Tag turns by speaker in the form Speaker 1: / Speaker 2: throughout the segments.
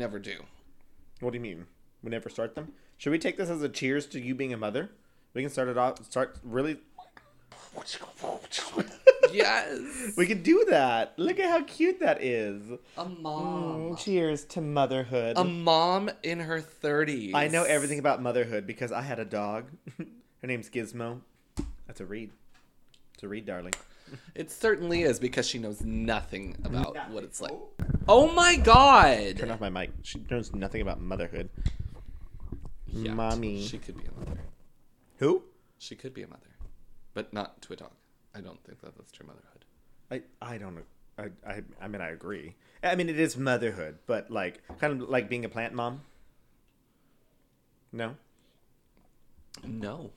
Speaker 1: never do.
Speaker 2: What do you mean? We never start them. Should we take this as a cheers to you being a mother? We can start it off. Start really.
Speaker 1: Yes,
Speaker 2: We can do that. Look at how cute that is.
Speaker 1: a
Speaker 2: Mm,
Speaker 1: mom,
Speaker 2: cheers to motherhood.
Speaker 1: a mom in her thirties.
Speaker 2: I know everything about motherhood because I had a dog. Her name's Gizmo. That's a read. It's a read, darling.
Speaker 1: It certainly is because she knows nothing about what it's like. Oh my god!
Speaker 2: Turn off my mic. She knows nothing about motherhood.
Speaker 1: Yeah,
Speaker 2: Mommy.
Speaker 1: She could be a mother.
Speaker 2: Who?
Speaker 1: She could be a mother, but not to a dog. I don't think that that's true motherhood.
Speaker 2: I I don't know. I, I I mean I agree. I mean it is motherhood, but like kind of like being a plant mom. No.
Speaker 1: No.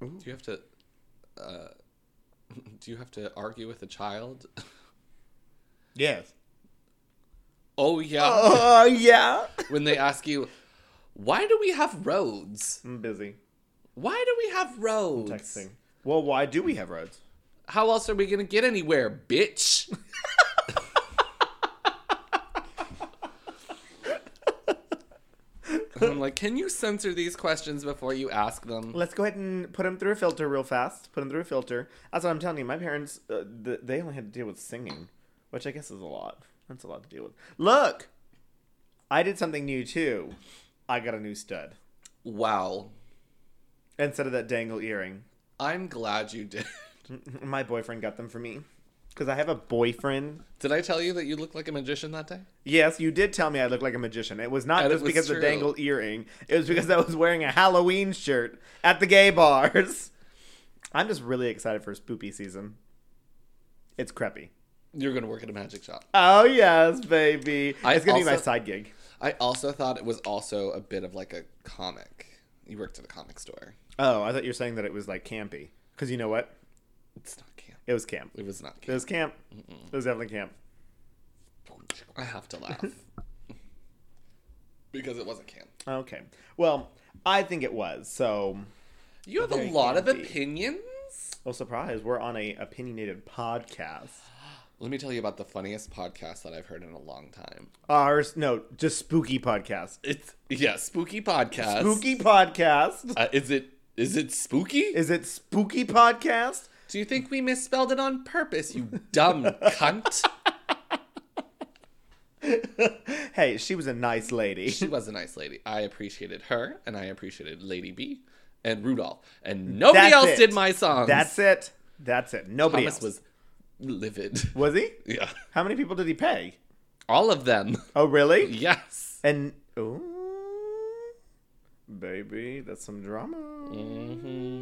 Speaker 1: Do you have to? Uh, do you have to argue with a child?
Speaker 2: Yes.
Speaker 1: Oh yeah.
Speaker 2: Oh yeah.
Speaker 1: When they ask you, why do we have roads?
Speaker 2: I'm busy
Speaker 1: Why do we have roads?
Speaker 2: texting. Well, why do we have roads?
Speaker 1: How else are we gonna get anywhere, bitch? And I'm like, can you censor these questions before you ask them?
Speaker 2: Let's go ahead and put them through a filter real fast. Put them through a filter. That's what I'm telling you. My parents, uh, th- they only had to deal with singing, which I guess is a lot. That's a lot to deal with. Look, I did something new too. I got a new stud
Speaker 1: Wow.
Speaker 2: instead of that dangle earring.
Speaker 1: I'm glad you did.
Speaker 2: My boyfriend got them for me because I have a boyfriend.
Speaker 1: Did I tell you that you look like a magician that day?
Speaker 2: Yes, you did tell me I looked like a magician. It was not
Speaker 1: And it
Speaker 2: just
Speaker 1: was
Speaker 2: because of
Speaker 1: true.
Speaker 2: the dangle earring. It was because I was wearing a Halloween shirt at the gay bars. I'm just really excited for spoopy season. It's creppy.
Speaker 1: You're gonna work at a magic shop.
Speaker 2: Oh yes, baby.
Speaker 1: I
Speaker 2: it's gonna be my
Speaker 1: also-
Speaker 2: side gig.
Speaker 1: I also thought it was also a bit of like a comic. You worked at a comic store.
Speaker 2: Oh, I thought you were saying that it was like campy. Because you know what?
Speaker 1: It's not camp.
Speaker 2: It was camp.
Speaker 1: It was not
Speaker 2: It
Speaker 1: camp.
Speaker 2: was camp. It was definitely camp.
Speaker 1: I have to laugh because it wasn't camp.
Speaker 2: Okay. Well, I think it was. So,
Speaker 1: You have
Speaker 2: Very
Speaker 1: a lot of
Speaker 2: campy.
Speaker 1: opinions.
Speaker 2: oh surprise, we're on a opinionated podcast.
Speaker 1: Let me tell you about the funniest podcast that I've heard in a long time.
Speaker 2: Ours, no, just spooky podcast.
Speaker 1: It's yeah, spooky podcast.
Speaker 2: Spooky podcast.
Speaker 1: Uh, is it? Is it spooky?
Speaker 2: Is it spooky podcast?
Speaker 1: Do you think we misspelled it on purpose? You dumb cunt.
Speaker 2: Hey, she was a nice lady.
Speaker 1: She was a nice lady. I appreciated her, and I appreciated Lady B and Rudolph, and nobody
Speaker 2: That's
Speaker 1: else
Speaker 2: it.
Speaker 1: did my songs.
Speaker 2: That's it. That's it. Nobody
Speaker 1: Thomas
Speaker 2: else
Speaker 1: was livid.
Speaker 2: Was he?
Speaker 1: Yeah.
Speaker 2: How many people did he pay?
Speaker 1: All of them.
Speaker 2: Oh, really?
Speaker 1: Yes.
Speaker 2: And ooh, baby, that's some drama. Mm-hmm.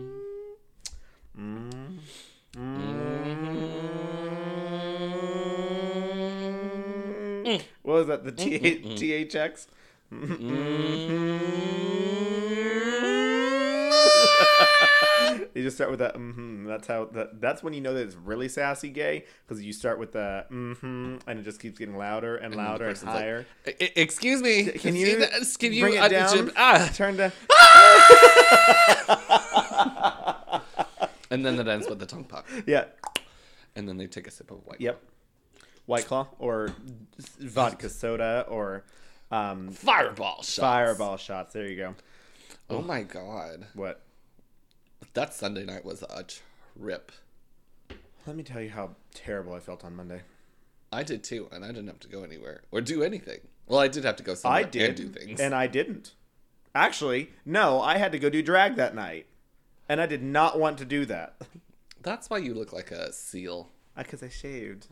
Speaker 2: Mm. Mm. What was that? The T- THX? Mm. you just start with that. Mm-hmm. That's how. That, that's when you know that it's really sassy gay because you start with the mm-hmm, and it just keeps getting louder and louder and,
Speaker 1: person's like,
Speaker 2: higher.
Speaker 1: I- I- excuse me.
Speaker 2: Can you
Speaker 1: that- Can you
Speaker 2: bring it
Speaker 1: uh,
Speaker 2: down?
Speaker 1: Jim- ah.
Speaker 2: Turn to.
Speaker 1: And then it ends with the tongue pop.
Speaker 2: Yeah.
Speaker 1: And then they take a sip of white.
Speaker 2: Yep. White Claw or vodka soda or um,
Speaker 1: Fireball shots.
Speaker 2: fireball shots. There you go.
Speaker 1: Oh my god.
Speaker 2: What?
Speaker 1: That Sunday night was a trip.
Speaker 2: Let me tell you how terrible I felt on Monday.
Speaker 1: I did too, and I didn't have to go anywhere or do anything. Well, I did have to go somewhere
Speaker 2: I did
Speaker 1: and do things.
Speaker 2: and I didn't. Actually, no, I had to go do drag that night, and I did not want to do that
Speaker 1: That's why you look like a seal.
Speaker 2: because I shaved.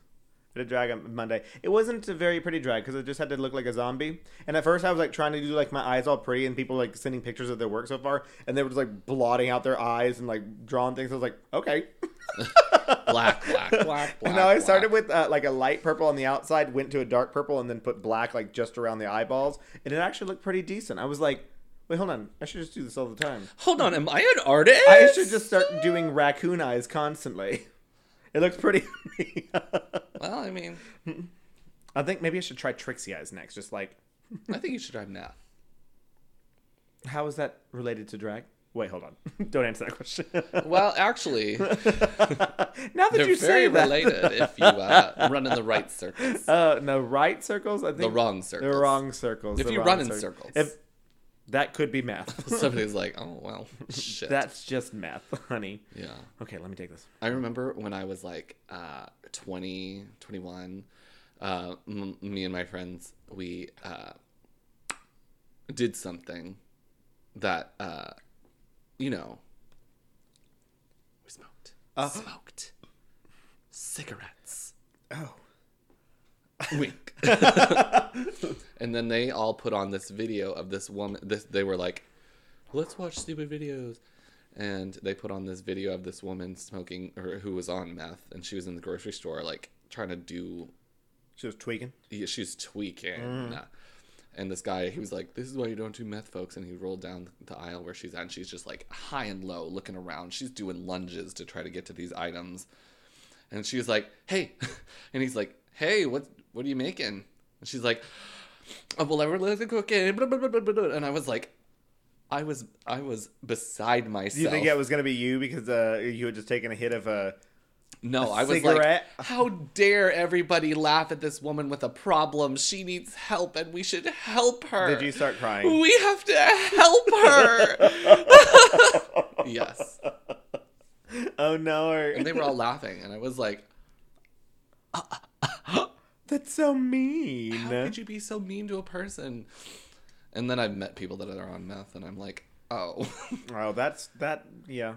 Speaker 2: I did drag on Monday. It wasn't a very pretty drag because I just had to look like a zombie. And at first, I was like trying to do like my eyes all pretty, and people like sending pictures of their work so far, and they were just like blotting out their eyes and like drawing things. I was like, okay.
Speaker 1: Black, black, black, black.
Speaker 2: And now I
Speaker 1: black.
Speaker 2: started with uh, like a light purple on the outside, went to a dark purple, and then put black like just around the eyeballs, and it actually looked pretty decent. I was like, wait, hold on, I should just do this all the time.
Speaker 1: Hold on, am I an artist?
Speaker 2: I should just start doing raccoon eyes constantly. It looks pretty.
Speaker 1: Well, I mean,
Speaker 2: I think maybe I should try Trixie eyes next. Just like,
Speaker 1: I think you should try math.
Speaker 2: how is that related to drag? Wait, hold on. Don't answer that question.
Speaker 1: Well, actually,
Speaker 2: now that
Speaker 1: they're
Speaker 2: you
Speaker 1: very
Speaker 2: say that,
Speaker 1: related if you uh, run in the right circles,
Speaker 2: Uh, no, right circles. I think
Speaker 1: the wrong circles.
Speaker 2: The wrong circles.
Speaker 1: If
Speaker 2: the
Speaker 1: you
Speaker 2: wrong
Speaker 1: run in
Speaker 2: cir-
Speaker 1: circles.
Speaker 2: if that could be math.
Speaker 1: Somebody's like, oh well, shit.
Speaker 2: That's just math, honey.
Speaker 1: yeah.
Speaker 2: Okay, let me take this.
Speaker 1: I remember when I was like uh, 20, 21, uh, m- me and my friends, we uh, did something that, uh, you know, we smoked. smoked. Cigarettes.
Speaker 2: Oh,
Speaker 1: Wink. and then they all put on this video of this woman. This they were like, "Let's watch stupid videos," and they put on this video of this woman smoking, or who was on meth, and she was in the grocery store, like trying to do.
Speaker 2: she was tweaking.
Speaker 1: yeah, She's tweaking.
Speaker 2: Mm.
Speaker 1: And this guy, he was like, "This is why you don't do meth, folks." And he rolled down the aisle where she's at, and she's just like high and low, looking around. She's doing lunges to try to get to these items. And she's like, "Hey," and he's like, "Hey, what what are you making?" And she's like, "Oh, "Well, I really like to cook it." blah, blah, blah, blah, blah, blah." And I was like, "I was I was beside myself."
Speaker 2: Do you think that was gonna be you because uh, you had just taken a hit of uh, a?
Speaker 1: no, I was
Speaker 2: cigarette?
Speaker 1: like, "How dare everybody laugh at this woman with a problem? She needs help, and we should help her."
Speaker 2: Did you start crying?
Speaker 1: We have to help her. yes,
Speaker 2: oh no!
Speaker 1: and they were all laughing, and I was like,
Speaker 2: That's so mean.
Speaker 1: How could you be so mean to a person? And then I've met people that are on meth, and I'm like, oh.
Speaker 2: Oh, that's that. Yeah,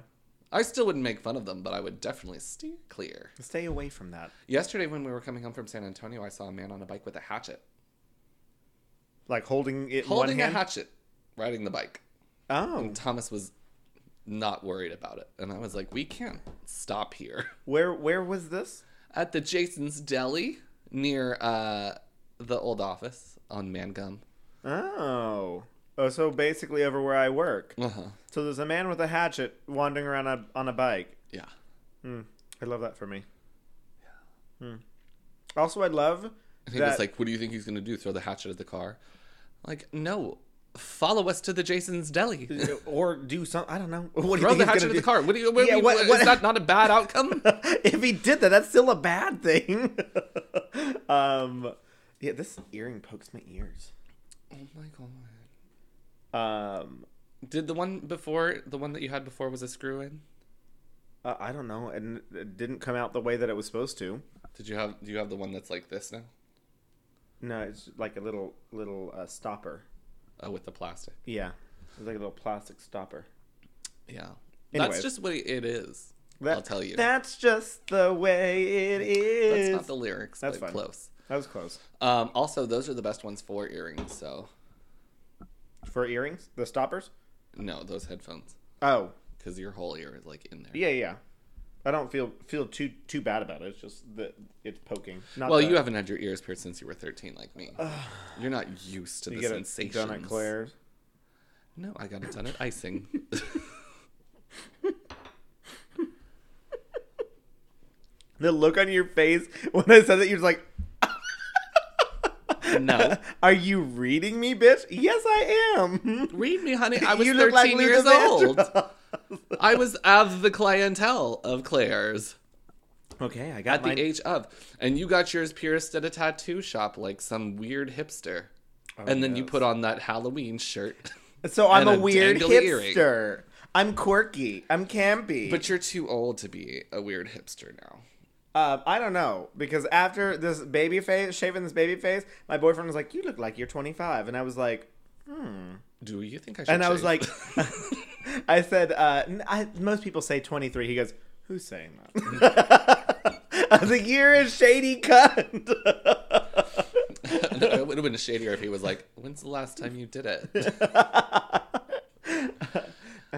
Speaker 1: I still wouldn't make fun of them, but I would definitely steer clear.
Speaker 2: stay away from that.
Speaker 1: Yesterday, when we were coming home from San Antonio, I saw a man on a bike with a hatchet,
Speaker 2: Like holding it in
Speaker 1: holding
Speaker 2: one hand.
Speaker 1: a hatchet, riding the bike.
Speaker 2: oh,
Speaker 1: Thomas was not worried about it, and I was like, we can't stop here.
Speaker 2: where where was this?
Speaker 1: At the Jason's Deli near uh, the old office on Mangum.
Speaker 2: Oh, oh, so basically over where I work.
Speaker 1: Uh huh.
Speaker 2: So there's a man with a hatchet wandering around a, on a bike.
Speaker 1: Yeah.
Speaker 2: Hmm. I love that for me. Hmm. Also, I love
Speaker 1: And he
Speaker 2: that.
Speaker 1: was like, "What do you think he's gonna do? Throw the hatchet at the car?" Like, no, follow us to the Jason's Deli.
Speaker 2: or do some. I don't know. What do
Speaker 1: Throw
Speaker 2: you
Speaker 1: the
Speaker 2: think he's
Speaker 1: hatchet at
Speaker 2: gonna
Speaker 1: the car. What do you? What,
Speaker 2: Yeah,
Speaker 1: what-
Speaker 2: what-
Speaker 1: what-
Speaker 2: what-
Speaker 1: Is that not a bad outcome?
Speaker 2: do? if he did that, that's still a bad thing. um, yeah, this earring pokes my ears.
Speaker 1: oh my god!
Speaker 2: Um,
Speaker 1: Did the one before the one that you had before was a screw in?
Speaker 2: uh, I don't know, and it didn't come out the way that it was supposed to.
Speaker 1: Did you have? Do you have the one that's like this now?
Speaker 2: No, it's like a little little uh, stopper.
Speaker 1: Uh, with the plastic.
Speaker 2: Yeah, it's like a little plastic stopper.
Speaker 1: Yeah.
Speaker 2: Anyway.
Speaker 1: That's just what it is.
Speaker 2: That-
Speaker 1: I'll tell you.
Speaker 2: That's just the way it is.
Speaker 1: That's not the lyrics,
Speaker 2: That's
Speaker 1: but
Speaker 2: fine.
Speaker 1: close.
Speaker 2: That was close.
Speaker 1: Um, also, those are the best ones for earrings. So,
Speaker 2: For earrings, the stoppers.
Speaker 1: no, those headphones,
Speaker 2: Oh,
Speaker 1: because your whole ear is like in there.
Speaker 2: yeah, yeah. I don't feel feel too too bad about it. It's just that it's poking. Not
Speaker 1: Well,
Speaker 2: that-
Speaker 1: you haven't had your ears pierced since you were 13, like me. You're not used to
Speaker 2: you
Speaker 1: the
Speaker 2: get it
Speaker 1: sensations.
Speaker 2: done at Claire's.
Speaker 1: No, I got it done at icing.
Speaker 2: The look on your face when I said that, you're just like,
Speaker 1: no.
Speaker 2: "Are you reading me, bitch?" Yes, I am.
Speaker 1: Read me, honey. I was
Speaker 2: You
Speaker 1: 13
Speaker 2: look like
Speaker 1: years
Speaker 2: Luther
Speaker 1: old.
Speaker 2: Vandross.
Speaker 1: I was of the clientele of Claire's
Speaker 2: okay, I
Speaker 1: at
Speaker 2: got
Speaker 1: the
Speaker 2: mine.
Speaker 1: age of. And you got yours pierced at a tattoo shop like some weird hipster. and then you
Speaker 2: Oh, yes.
Speaker 1: put on that Halloween shirt.
Speaker 2: so I'm
Speaker 1: and
Speaker 2: a,
Speaker 1: a
Speaker 2: weird
Speaker 1: dangly
Speaker 2: hipster. I'm quirky. I'm campy.
Speaker 1: But you're too old to be a weird hipster now.
Speaker 2: Um, I don't know because after this baby face, shaving this baby face, my boyfriend was like, "You look like you're 25," and I was like,
Speaker 1: Do you think I should
Speaker 2: and I was
Speaker 1: shave?
Speaker 2: like, I said, uh, n- I, "Most people say 23." He goes, "Who's saying that?" I was like, "You're a shady cunt."
Speaker 1: it would have been shadier if he was like, "When's the last time you did it?" uh,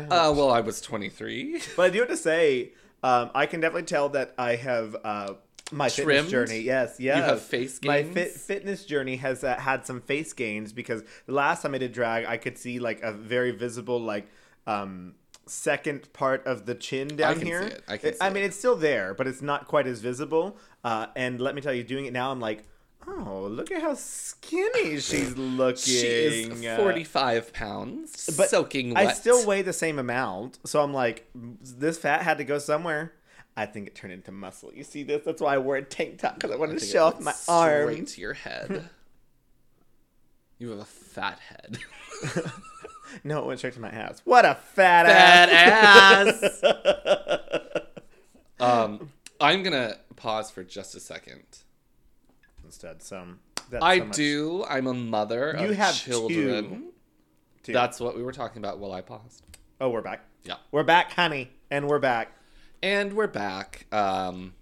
Speaker 1: well, I was 23.
Speaker 2: but I do have to say, um, I can definitely tell that I have uh, my
Speaker 1: Trimmed?
Speaker 2: fitness journey. Yes, yes.
Speaker 1: have face
Speaker 2: My
Speaker 1: gains?
Speaker 2: fit, fitness journey has uh, had some face gains because the last time I did drag, I could see like a very visible like. Um, Second part of the chin down
Speaker 1: can
Speaker 2: here.
Speaker 1: see it. I can see
Speaker 2: mean, it's still there, but it's not quite as visible. Uh, and let me tell you, doing it now, I'm like, Oh, look at how skinny she's looking. Uh,
Speaker 1: She is 45 pounds,
Speaker 2: But
Speaker 1: soaking wet.
Speaker 2: I still weigh the same amount, so I'm like, this fat had to go somewhere. I think it turned into muscle. You see this? That's why I wore a tank top because I wanted to
Speaker 1: think it
Speaker 2: show off
Speaker 1: went
Speaker 2: my
Speaker 1: straight
Speaker 2: arm.
Speaker 1: to your head. you have a fat head.
Speaker 2: No, it went straight to my ass. What a fat,
Speaker 1: Fat
Speaker 2: ass!
Speaker 1: um, I'm gonna pause for just a second.
Speaker 2: Instead, some. That's
Speaker 1: I
Speaker 2: so much
Speaker 1: do. I'm a mother.
Speaker 2: You
Speaker 1: of
Speaker 2: have
Speaker 1: children.
Speaker 2: to-
Speaker 1: That's what we were talking about while I paused.
Speaker 2: Oh, we're back.
Speaker 1: Yeah.
Speaker 2: We're back, honey, and we're back.
Speaker 1: And we're back. Um,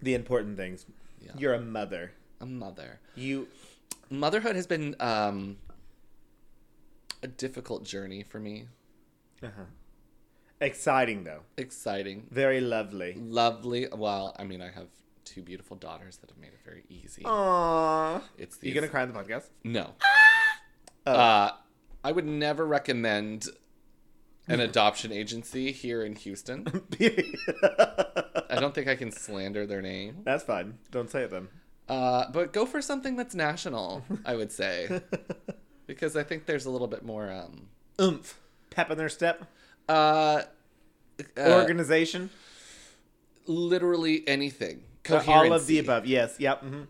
Speaker 2: The important things.
Speaker 1: Yeah.
Speaker 2: You're a mother.
Speaker 1: a mother.
Speaker 2: You.
Speaker 1: Motherhood has been um, a difficult journey for me.
Speaker 2: Uh-huh. Exciting though.
Speaker 1: Exciting,
Speaker 2: Very lovely.
Speaker 1: lovely. Well, I mean, I have two beautiful daughters that have made it very easy.
Speaker 2: Aww.
Speaker 1: It's the
Speaker 2: You gonna cry on the podcast?
Speaker 1: No.
Speaker 2: Oh.
Speaker 1: Uh, I would never recommend an adoption agency here in Houston. I don't think I can slander their name.
Speaker 2: That's fine. Don't say it then.
Speaker 1: Uh, but go for something that's national, I would say, because I think there's a little bit more. Um,
Speaker 2: Oomph. Pep in their step.
Speaker 1: uh, uh,
Speaker 2: Organization.
Speaker 1: literally anything.
Speaker 2: Uh, all of the
Speaker 1: Coherency.
Speaker 2: above. Yes. Yep. Mm-hmm.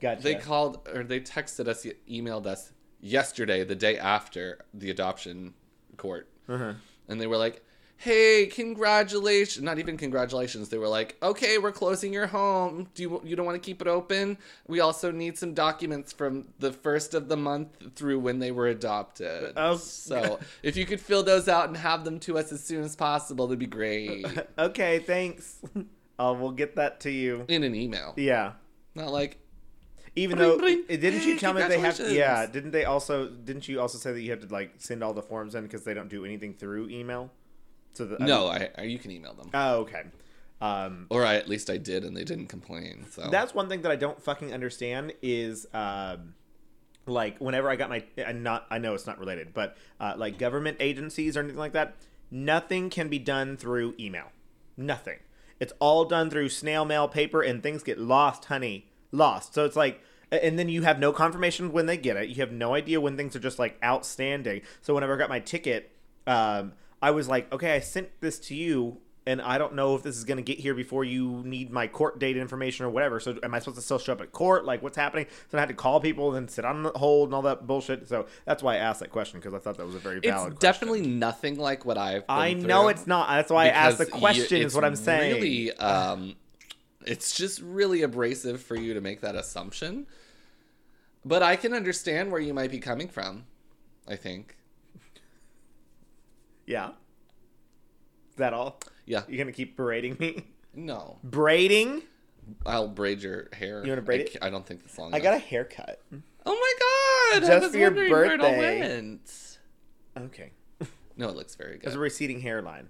Speaker 2: Gotcha.
Speaker 1: They called or they texted us, e- emailed us yesterday, the day after the adoption court, and they were like, "Hey, congratulations!" Not even congratulations. They were like, "Okay, we're closing your home. Do you you don't want to keep it open? We also need some documents from the first of the month through when they were adopted.
Speaker 2: Oh.
Speaker 1: so if you could fill those out and have them to us as soon as possible, that'd be great."
Speaker 2: okay. Thanks. uh, we'll get that to you.
Speaker 1: In an email,
Speaker 2: Yeah.
Speaker 1: not like
Speaker 2: Even
Speaker 1: Bling,
Speaker 2: though
Speaker 1: bling.
Speaker 2: it- didn't you
Speaker 1: Hey,
Speaker 2: tell me they have
Speaker 1: congratulations.
Speaker 2: yeah, didn't they also didn't you also say that you have to like send all the forms in cuz they don't do anything through email? So the, I
Speaker 1: no,
Speaker 2: mean-
Speaker 1: I, I you can email them.
Speaker 2: oh, okay. Um
Speaker 1: or I, at least I did, and they didn't complain. So
Speaker 2: that's one thing that I don't fucking understand is um like whenever I got my and not I know it's not related, but uh, like government agencies or anything like that, nothing can be done through email. Nothing. It's all done through snail mail, paper, and things get lost, honey. Lost. So it's like a- and then you have no confirmation when they get it. You have no idea when things are just like outstanding. So whenever I got my ticket, um, I was like, okay, I sent this to you, and I don't know if this is going to get here before you need my court date information or whatever. So am I supposed to still show up at court? Like, what's happening? So I had to call people and sit on the hold and all that bullshit. So that's why I asked that question because I thought that was a very
Speaker 1: it's
Speaker 2: valid. question.
Speaker 1: definitely nothing like what I've. Been
Speaker 2: I know
Speaker 1: through,
Speaker 2: it's not. That's why I asked the
Speaker 1: because you-
Speaker 2: question.
Speaker 1: it's
Speaker 2: is what I'm saying.
Speaker 1: Really, um, it's just really abrasive for you to make that assumption. But I can understand where you might be coming from. I think.
Speaker 2: Yeah. Is that all?
Speaker 1: Yeah.
Speaker 2: You're gonna keep braiding me?
Speaker 1: No,
Speaker 2: Braiding?
Speaker 1: I'll braid your hair.
Speaker 2: You wanna braid
Speaker 1: I,
Speaker 2: it?
Speaker 1: ca- I don't think that's long.
Speaker 2: I got a haircut.
Speaker 1: Oh my god! I
Speaker 2: Just
Speaker 1: was
Speaker 2: for your
Speaker 1: wondering where it all
Speaker 2: birthday.
Speaker 1: went.
Speaker 2: Okay.
Speaker 1: No, it looks very
Speaker 2: There's a
Speaker 1: good.
Speaker 2: receding hairline,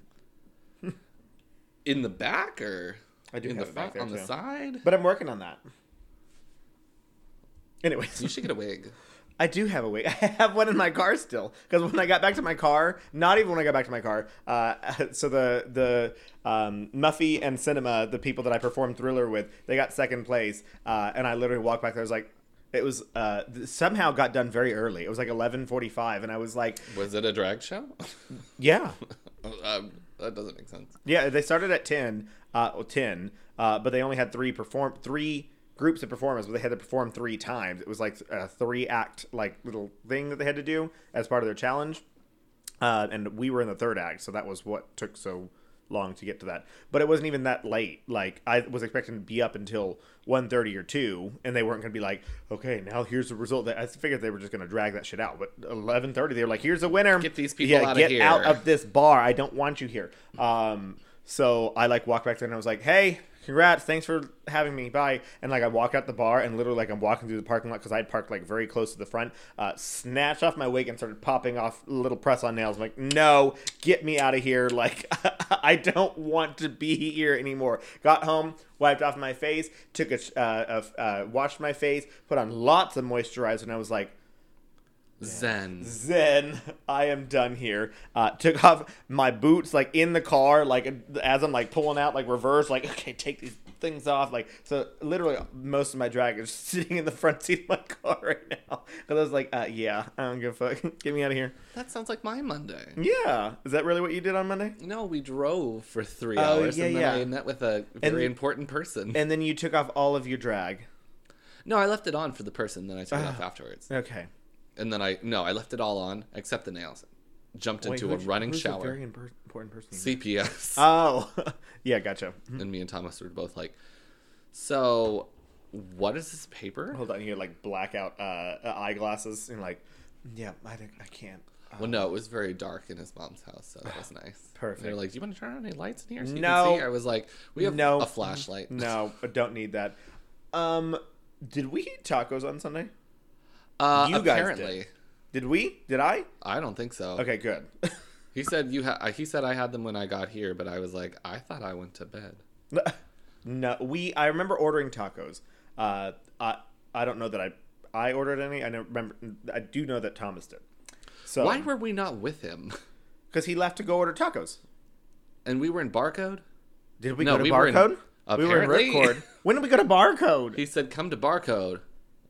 Speaker 1: In the back or
Speaker 2: I do
Speaker 1: in
Speaker 2: have
Speaker 1: the
Speaker 2: it back
Speaker 1: front
Speaker 2: there,
Speaker 1: on the
Speaker 2: too.
Speaker 1: side.
Speaker 2: but I'm working on that. Anyways,
Speaker 1: You should get a wig.
Speaker 2: I do have a wig. I have one in my car still. Because when I got back to my car, not even when I got back to my car, uh, so the the um, Muffy and Cinema, the people that I performed Thriller with, they got second place, uh, and I literally walked back there. I was like, it was uh, th- somehow got done very early. It was like eleven forty five, and I was like,
Speaker 1: Was it a drag show?
Speaker 2: yeah,
Speaker 1: um, that doesn't make sense.
Speaker 2: yeah. They started at ten, uh, well, ten, uh, but they only had three perform three groups of performers, but they had to perform three times. It was like a three act like little thing that they had to do as part of their challenge. uh, and we were in the third act, so that was what took so long to get to that. But it wasn't even that late. Like I was expecting to be up until 1.30 or two, and they weren't going to be like, "Okay, now here's the result." I figured they were just going to drag that shit out. But eleven thirty, they were like, "Here's the winner.
Speaker 1: Get these people
Speaker 2: yeah,
Speaker 1: outta
Speaker 2: get
Speaker 1: here."
Speaker 2: out of this bar. I don't want you here." Um, so I like walked back there and I was like, "Hey." Congrats! Thanks for having me. Bye. And like, I walk out the bar, and literally, like, I'm walking through the parking lot because I had parked like very close to the front. Uh, snatched off my wig and started popping off little press on nails. I'm like, no, get me out of here. Like, I don't want to be here anymore. Got home, wiped off my face, took a, sh- uh, a uh, washed my face, put on lots of moisturizer, and I was like,
Speaker 1: Zen.
Speaker 2: Zen, I am done here. Uh, took off my boots like in the car, like as I'm like pulling out, like reverse, like okay, take these things off. Like so, literally, most of my drag is sitting in the front seat of my car right now because I was like, uh, yeah, I don't give a fuck. Get me out of here.
Speaker 1: That sounds like my Monday.
Speaker 2: Yeah, is that really what you did on Monday?
Speaker 1: No, we drove for three
Speaker 2: Oh,
Speaker 1: hours
Speaker 2: yeah,
Speaker 1: and then
Speaker 2: yeah.
Speaker 1: I met with a very important person.
Speaker 2: And then you took off all of your drag.
Speaker 1: no, I left it on for the person, then I took it
Speaker 2: Ah.
Speaker 1: off afterwards.
Speaker 2: Okay.
Speaker 1: And then I no, I left it all on except the nails. Jumped
Speaker 2: Wait,
Speaker 1: into a
Speaker 2: who's-
Speaker 1: running
Speaker 2: who's the
Speaker 1: shower.
Speaker 2: very impor- important person. you
Speaker 1: CPS.
Speaker 2: met? oh, yeah, gotcha.
Speaker 1: and me and Thomas were both like, "So, what is this paper?"
Speaker 2: Hold on, you had like blackout uh, uh, eyeglasses and like, yeah, I, don't- I can't. Uh,
Speaker 1: Well, no, it was very dark in his mom's house, so that was nice.
Speaker 2: Perfect.
Speaker 1: They're like, "Do you want to turn on any lights in here?" So you
Speaker 2: No.
Speaker 1: Can see? I was like, "We have
Speaker 2: No.
Speaker 1: a flashlight."
Speaker 2: no, I don't need that. Um, did we eat tacos on Sunday?
Speaker 1: Uh,
Speaker 2: You guys did.
Speaker 1: apparently,
Speaker 2: Did we? Did I?
Speaker 1: I don't think so.
Speaker 2: Okay, good.
Speaker 1: He said you ha- he said I had them when I got here, but I was like, I thought I went to bed.
Speaker 2: no, we. I remember ordering tacos. Uh, I I don't know that I I ordered any. I don't remember. I do know that Thomas did. So
Speaker 1: Why were we not with him?
Speaker 2: Because he left to go order tacos.
Speaker 1: And we were in barcode.
Speaker 2: Did we
Speaker 1: No,
Speaker 2: go to
Speaker 1: we were in-
Speaker 2: barcode?
Speaker 1: apparently.
Speaker 2: ripcord. When did we go to barcode?
Speaker 1: He said, "Come to barcode."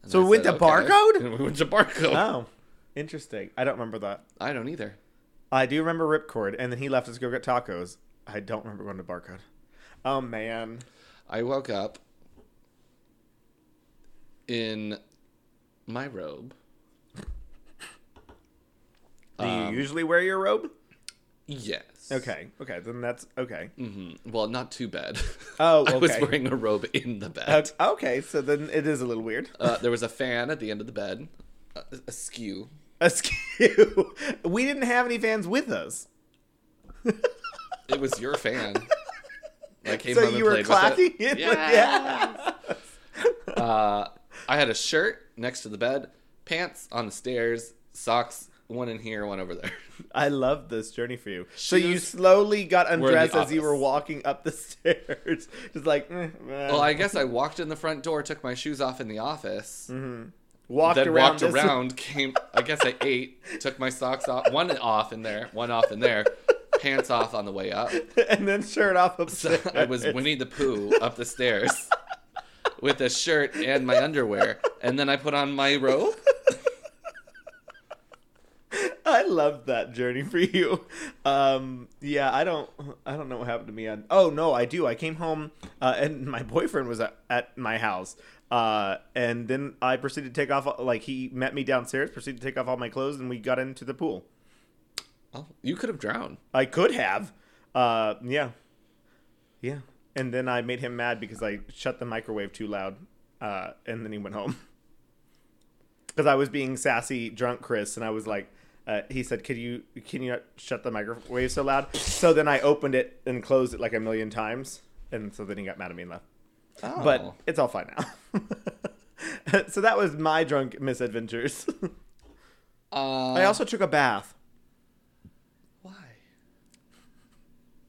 Speaker 1: And
Speaker 2: So
Speaker 1: I
Speaker 2: we went
Speaker 1: said,
Speaker 2: to barcode?
Speaker 1: And we went to barcode.
Speaker 2: oh, interesting. I don't remember that.
Speaker 1: I don't either.
Speaker 2: I do remember ripcord, and then he left us to go get tacos. I don't remember going to barcode. Oh man.
Speaker 1: I woke up in my robe.
Speaker 2: Do you usually wear your robe?
Speaker 1: Yes.
Speaker 2: Um, Okay. Okay. Then that's okay.
Speaker 1: hmm Well, not too bad.
Speaker 2: Oh,
Speaker 1: I was
Speaker 2: okay.
Speaker 1: wearing a robe in the bed.
Speaker 2: Okay, okay. So then it is a little weird.
Speaker 1: Uh, there was a fan at the end of the bed, uh, askew.
Speaker 2: Askew. we didn't have any fans with us.
Speaker 1: It was your fan. I came
Speaker 2: So
Speaker 1: home
Speaker 2: you
Speaker 1: and
Speaker 2: were
Speaker 1: played with
Speaker 2: clacking
Speaker 1: it.
Speaker 2: it?
Speaker 1: Yes. uh, I had a shirt next to the bed, pants on the stairs, socks, one in here, one over there.
Speaker 2: I love this journey for you. So
Speaker 1: Shoes
Speaker 2: you slowly got
Speaker 1: the
Speaker 2: undressed as you
Speaker 1: office.
Speaker 2: were walking up the stairs, just like eh,
Speaker 1: Well, I guess I walked in the front door, took my shoes off in the office,
Speaker 2: Mm-hmm. walked
Speaker 1: then
Speaker 2: around.
Speaker 1: walked
Speaker 2: this-
Speaker 1: around, came. I guess I ate, took my socks off, one off in there, one off in there, pants off on the way up.
Speaker 2: and then shirt off.
Speaker 1: So
Speaker 2: Upstairs.
Speaker 1: I was Winnie the Pooh up the stairs with a shirt and my underwear, and then I put on my robe.
Speaker 2: I love that journey for you. Um, yeah, I don't, I don't know what happened to me. On, oh no, I do. I came home uh, and my boyfriend was at, at my house, uh, and then I proceeded to take off. Like he met me downstairs, proceeded to take off all my clothes, and we got into the pool.
Speaker 1: Oh, you could have drowned.
Speaker 2: I could have, uh, yeah, yeah. And then I made him mad because I shut the microwave too loud, uh, and then he went home. because I was being sassy, drunk Chris, and I was like, uh, he said, "Could you can you not shut the microwave so loud?" So then I opened it and closed it like a million times, and so then he got mad at me and left.
Speaker 1: Oh.
Speaker 2: But it's all fine now. so that was my drunk misadventures.
Speaker 1: uh,
Speaker 2: I also took a bath.
Speaker 1: why?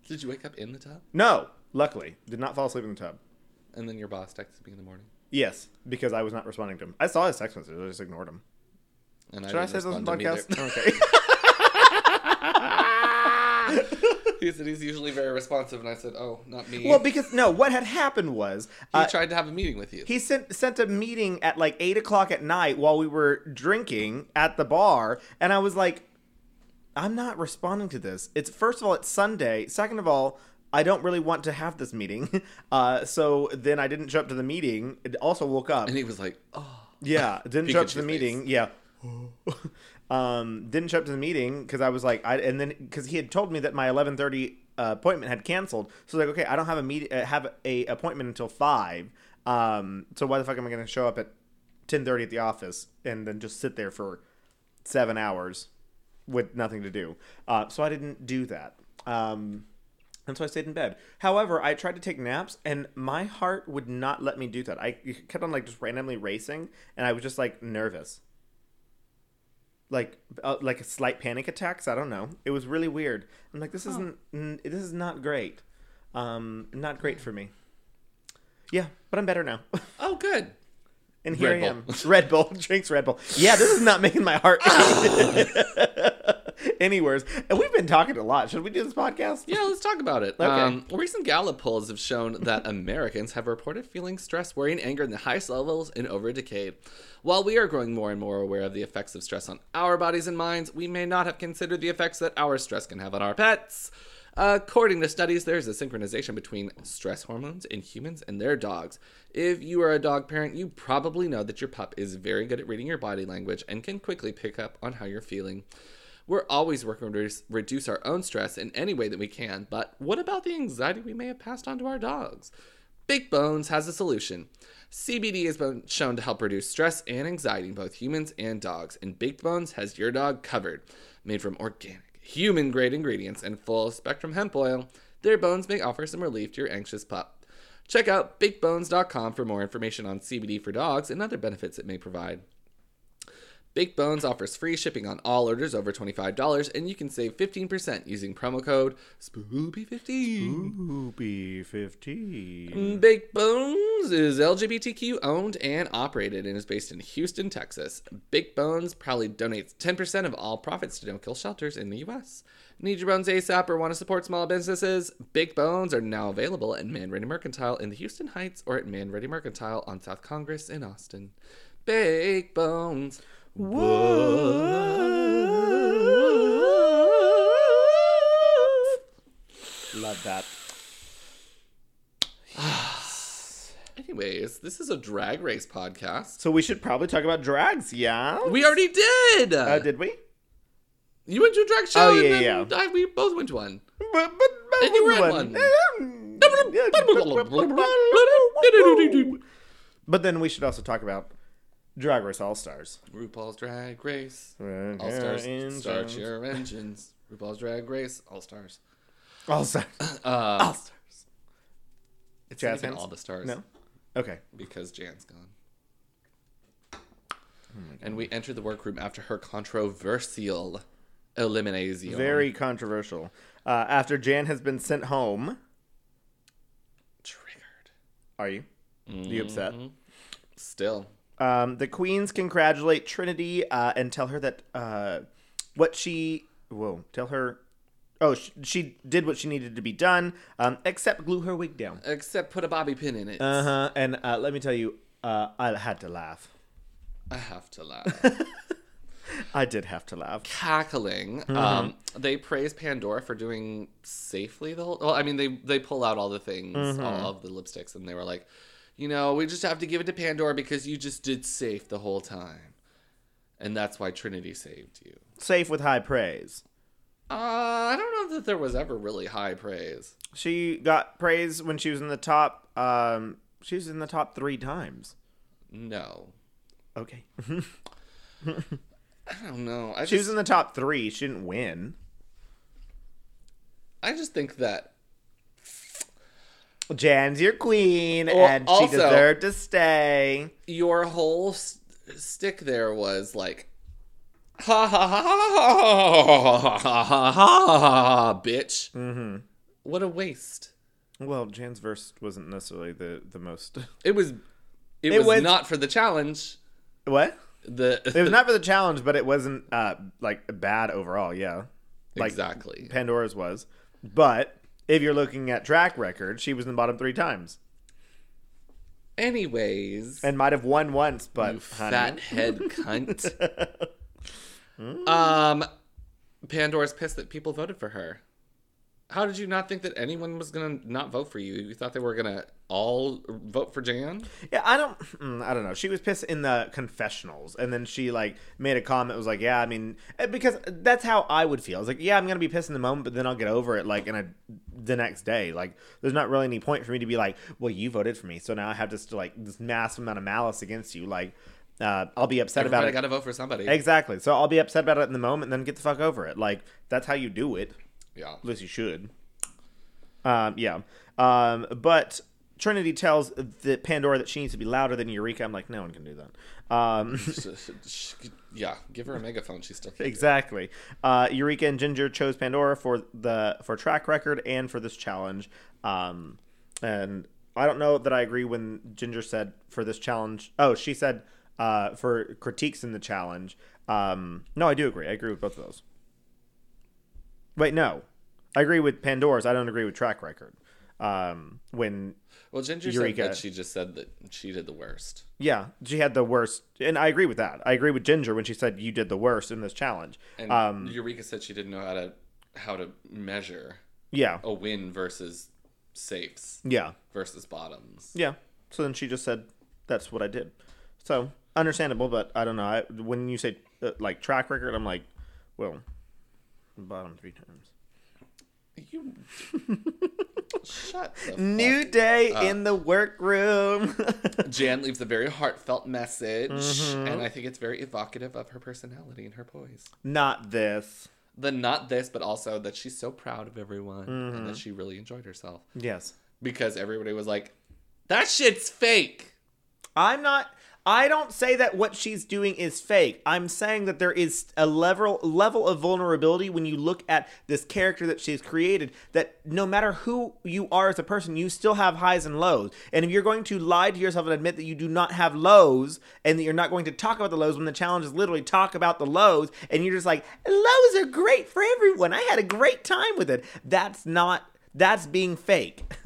Speaker 1: Did you wake up in the tub?
Speaker 2: No, luckily, did not fall asleep in the tub.
Speaker 1: And then your boss texted me in the morning.
Speaker 2: Yes, because I was not responding to him. I saw his text messages, I just ignored him.
Speaker 1: And
Speaker 2: Should I,
Speaker 1: didn't
Speaker 2: say this on the
Speaker 1: respond to him
Speaker 2: podcast?
Speaker 1: either.
Speaker 2: okay.
Speaker 1: he said he's usually very responsive, and I said, "Oh, not me."
Speaker 2: well, because no, what had happened was
Speaker 1: he
Speaker 2: uh,
Speaker 1: tried to have a meeting with you.
Speaker 2: He sent sent a meeting at like eight o'clock at night while we were drinking at the bar, and I was like, I'm not responding to this. It's first of all, it's Sunday. Second of all, I don't really want to have this meeting. Uh, so then I didn't show up to the meeting. It also woke up.
Speaker 1: and he was like, "Oh,
Speaker 2: Yeah, didn't show up to the
Speaker 1: Pikachu
Speaker 2: meeting. Yeah. um, didn't show up to the meeting because I was like, I and then because he had told me that my eleven thirty uh, appointment had canceled. So I was like, okay, I don't have a meet, uh, have a appointment until five. Um, so why the fuck am I going to show up at ten thirty at the office and then just sit there for seven hours with nothing to do? Uh, so I didn't do that. Um. And so I stayed in bed. However, I tried to take naps, and my heart would not let me do that. I it kept on like just randomly racing, and I was just like nervous, like uh, like a slight panic attacks. I don't know. It was really weird. I'm like, this isn't n- this is not great, um, not great for me. Yeah, but I'm better now.
Speaker 1: oh, good."
Speaker 2: And here
Speaker 1: Red
Speaker 2: I am.
Speaker 1: Bull.
Speaker 2: Red Bull drinks Red Bull. Yeah, this is not making my heart. Anywheres. And we've been talking a lot. Should we do this podcast?
Speaker 1: Yeah, let's talk about it.
Speaker 2: Okay.
Speaker 1: Um, recent Gallup polls have shown that Americans have reported feeling stress, worry, and anger in the highest levels in over a decade. While we are growing more and more aware of the effects of stress on our bodies and minds, we may not have considered the effects that our stress can have on our pets. According to studies, there's a synchronization between stress hormones in humans and their dogs. If you are a dog parent, you probably know that your pup is very good at reading your body language and can quickly pick up on how you're feeling. We're always working to reduce- reduce our own stress in any way that we can, but what about the anxiety we may have passed on to our dogs? Big Bones has a solution. CBD has been shown to help reduce stress and anxiety in both humans and dogs, and Big Bones has your dog covered. Made from organic, human grade ingredients and full spectrum hemp oil, their bones may offer some relief to your anxious pup. Check out bigbones.com for more information on CBD for dogs and other benefits it may provide. Big Bones offers free shipping on all orders over $25, and you can save 15% using promo code SPOOPY15.
Speaker 2: Poopy 15.
Speaker 1: Big Bones is LGBTQ owned and operated and is based in Houston, Texas. Big Bones proudly donates 10% of all profits to no kill shelters in the U.S. Need your bones ASAP or want to support small businesses? Big Bones are now available at Man Ready Mercantile in the Houston Heights or at Man Ready Mercantile on South Congress in Austin. Big Bones.
Speaker 2: Love that.
Speaker 1: Anyways, this is a drag race podcast.
Speaker 2: So we should probably talk about drags, yeah?
Speaker 1: We already did.
Speaker 2: Uh, did we?
Speaker 1: you went to a drag show.
Speaker 2: Oh, yeah,
Speaker 1: and
Speaker 2: yeah,
Speaker 1: then I, we both went to one.
Speaker 2: But, but, but
Speaker 1: And you were at
Speaker 2: one. But then we should also talk about Drag Race All Stars.
Speaker 1: RuPaul's Drag Race. All
Speaker 2: All
Speaker 1: stars. Start your engines. RuPaul's Drag Race. All stars.
Speaker 2: All Stars.
Speaker 1: Uh,
Speaker 2: All Stars.
Speaker 1: it's
Speaker 2: Jazz
Speaker 1: not even
Speaker 2: hands?
Speaker 1: all the stars.
Speaker 2: No? Okay.
Speaker 1: Because Jan's gone.
Speaker 2: Oh
Speaker 1: and we entered the workroom after her controversial elimination.
Speaker 2: Very controversial. Uh, after Jan has been sent home,
Speaker 1: triggered.
Speaker 2: are you? You upset?
Speaker 1: Still.
Speaker 2: Um, the queens congratulate Trinity uh, and tell her that uh, what she whoa tell her oh she, she did what she needed to be done um, except glue her wig down.
Speaker 1: Except put a bobby pin in it.
Speaker 2: Uh huh. And uh, let me tell you, uh, I had to laugh.
Speaker 1: I have to laugh.
Speaker 2: I did have to laugh.
Speaker 1: cackling. Um,
Speaker 2: Mm-hmm.
Speaker 1: they praise Pandora for doing safely the whole. Well, I mean, they they pull out all the things,
Speaker 2: Mm-hmm.
Speaker 1: all of the lipsticks, and they were like, you know, we just have to give it to Pandora because you just did safe the whole time, and that's why Trinity saved you.
Speaker 2: Safe with high praise.
Speaker 1: Uh, I don't know that there was ever really high praise.
Speaker 2: She got praise when she was in the top. Um, she was in the top three times.
Speaker 1: No,
Speaker 2: Okay.
Speaker 1: I don't know. I
Speaker 2: she
Speaker 1: just
Speaker 2: was in the top three. She didn't win.
Speaker 1: I just think that
Speaker 2: Jan's your queen,
Speaker 1: Well,
Speaker 2: and she
Speaker 1: also-
Speaker 2: deserved to stay.
Speaker 1: your whole s- stick there was like ha ha ha ha ha ha ha ha ha ha bitch mm-hmm. what a waste
Speaker 2: Well, Jan's verse wasn't necessarily the the most.
Speaker 1: it was it,
Speaker 2: It
Speaker 1: was,
Speaker 2: was-
Speaker 1: not for the challenge
Speaker 2: What?
Speaker 1: the
Speaker 2: It was not for the challenge, but it wasn't uh like bad overall. Yeah, like
Speaker 1: exactly
Speaker 2: Pandora's was. But if you're looking at track record, she was in the bottom three times
Speaker 1: anyways
Speaker 2: and might have won once. But
Speaker 1: you
Speaker 2: honey,
Speaker 1: fat
Speaker 2: Mm.
Speaker 1: head cunt um pandora's pissed that people voted for her how did you not think that anyone was gonna not vote for you you thought they were gonna all vote for jan
Speaker 2: yeah, I don't, mm, I don't know. She was pissed in the confessionals, and then she like made a comment. Was like, yeah, I mean, eh, because that's how I would feel. It's like, yeah, I'm gonna be pissed in the moment, but then I'll get over it. Like, in a the next day, like, there's not really any point for me to be like, well, you voted for me, so now I have this like this massive amount of malice against you. Like, uh, I'll be upset about
Speaker 1: everybody
Speaker 2: it.
Speaker 1: gotta vote for somebody
Speaker 2: Exactly. So I'll be upset about it in the moment, and then get the fuck over it. Like, that's how you do it.
Speaker 1: yeah
Speaker 2: At least you should. Um, yeah. Um, but Trinity tells the Pandora that she needs to be louder than Eureka. I'm like, no one can do that. Um,
Speaker 1: yeah, give her a megaphone. She still can't.
Speaker 2: exactly. Uh, Eureka and Ginger chose Pandora for the for track record and for this challenge. Um, and I don't know that I agree when Ginger said for this challenge. Oh, she said uh, for critiques in the challenge. Um, no, I do agree. I agree with both of those. Wait, no. I agree with Pandora's. I don't agree with track record. Um, when
Speaker 1: Well, Ginger
Speaker 2: Eureka.
Speaker 1: said that she just said that she did the worst.
Speaker 2: yeah, she had the worst, and I agree with that. I agree with Ginger when she said you did the worst in this challenge.
Speaker 1: And
Speaker 2: um,
Speaker 1: Eureka said she didn't know how to how to measure
Speaker 2: yeah,
Speaker 1: a win versus safes
Speaker 2: yeah,
Speaker 1: versus bottoms.
Speaker 2: yeah. So then she just said, "That's what I did." So understandable, but I don't know. I, when you say uh, like track record, I'm like, well, bottom three times.
Speaker 1: You shut the
Speaker 2: New day in the workroom.
Speaker 1: Jan leaves a very heartfelt message,
Speaker 2: Mm-hmm.
Speaker 1: and I think it's very evocative of her personality and her poise.
Speaker 2: Not this.
Speaker 1: The not this, but also that she's so proud of everyone and
Speaker 2: Mm-hmm.
Speaker 1: that she really enjoyed herself
Speaker 2: Yes.
Speaker 1: because everybody was like, "That shit's fake."
Speaker 2: I'm not. I don't say that what she's doing is fake. I'm saying that there is a level level of vulnerability when you look at this character that she's created. That no matter who you are as a person, you still have highs and lows. And if you're going to lie to yourself and admit that you do not have lows, and that you're not going to talk about the lows when the challenge is literally talk about the lows, and you're just like lows are great for everyone. I had a great time with it. That's not. That's being fake.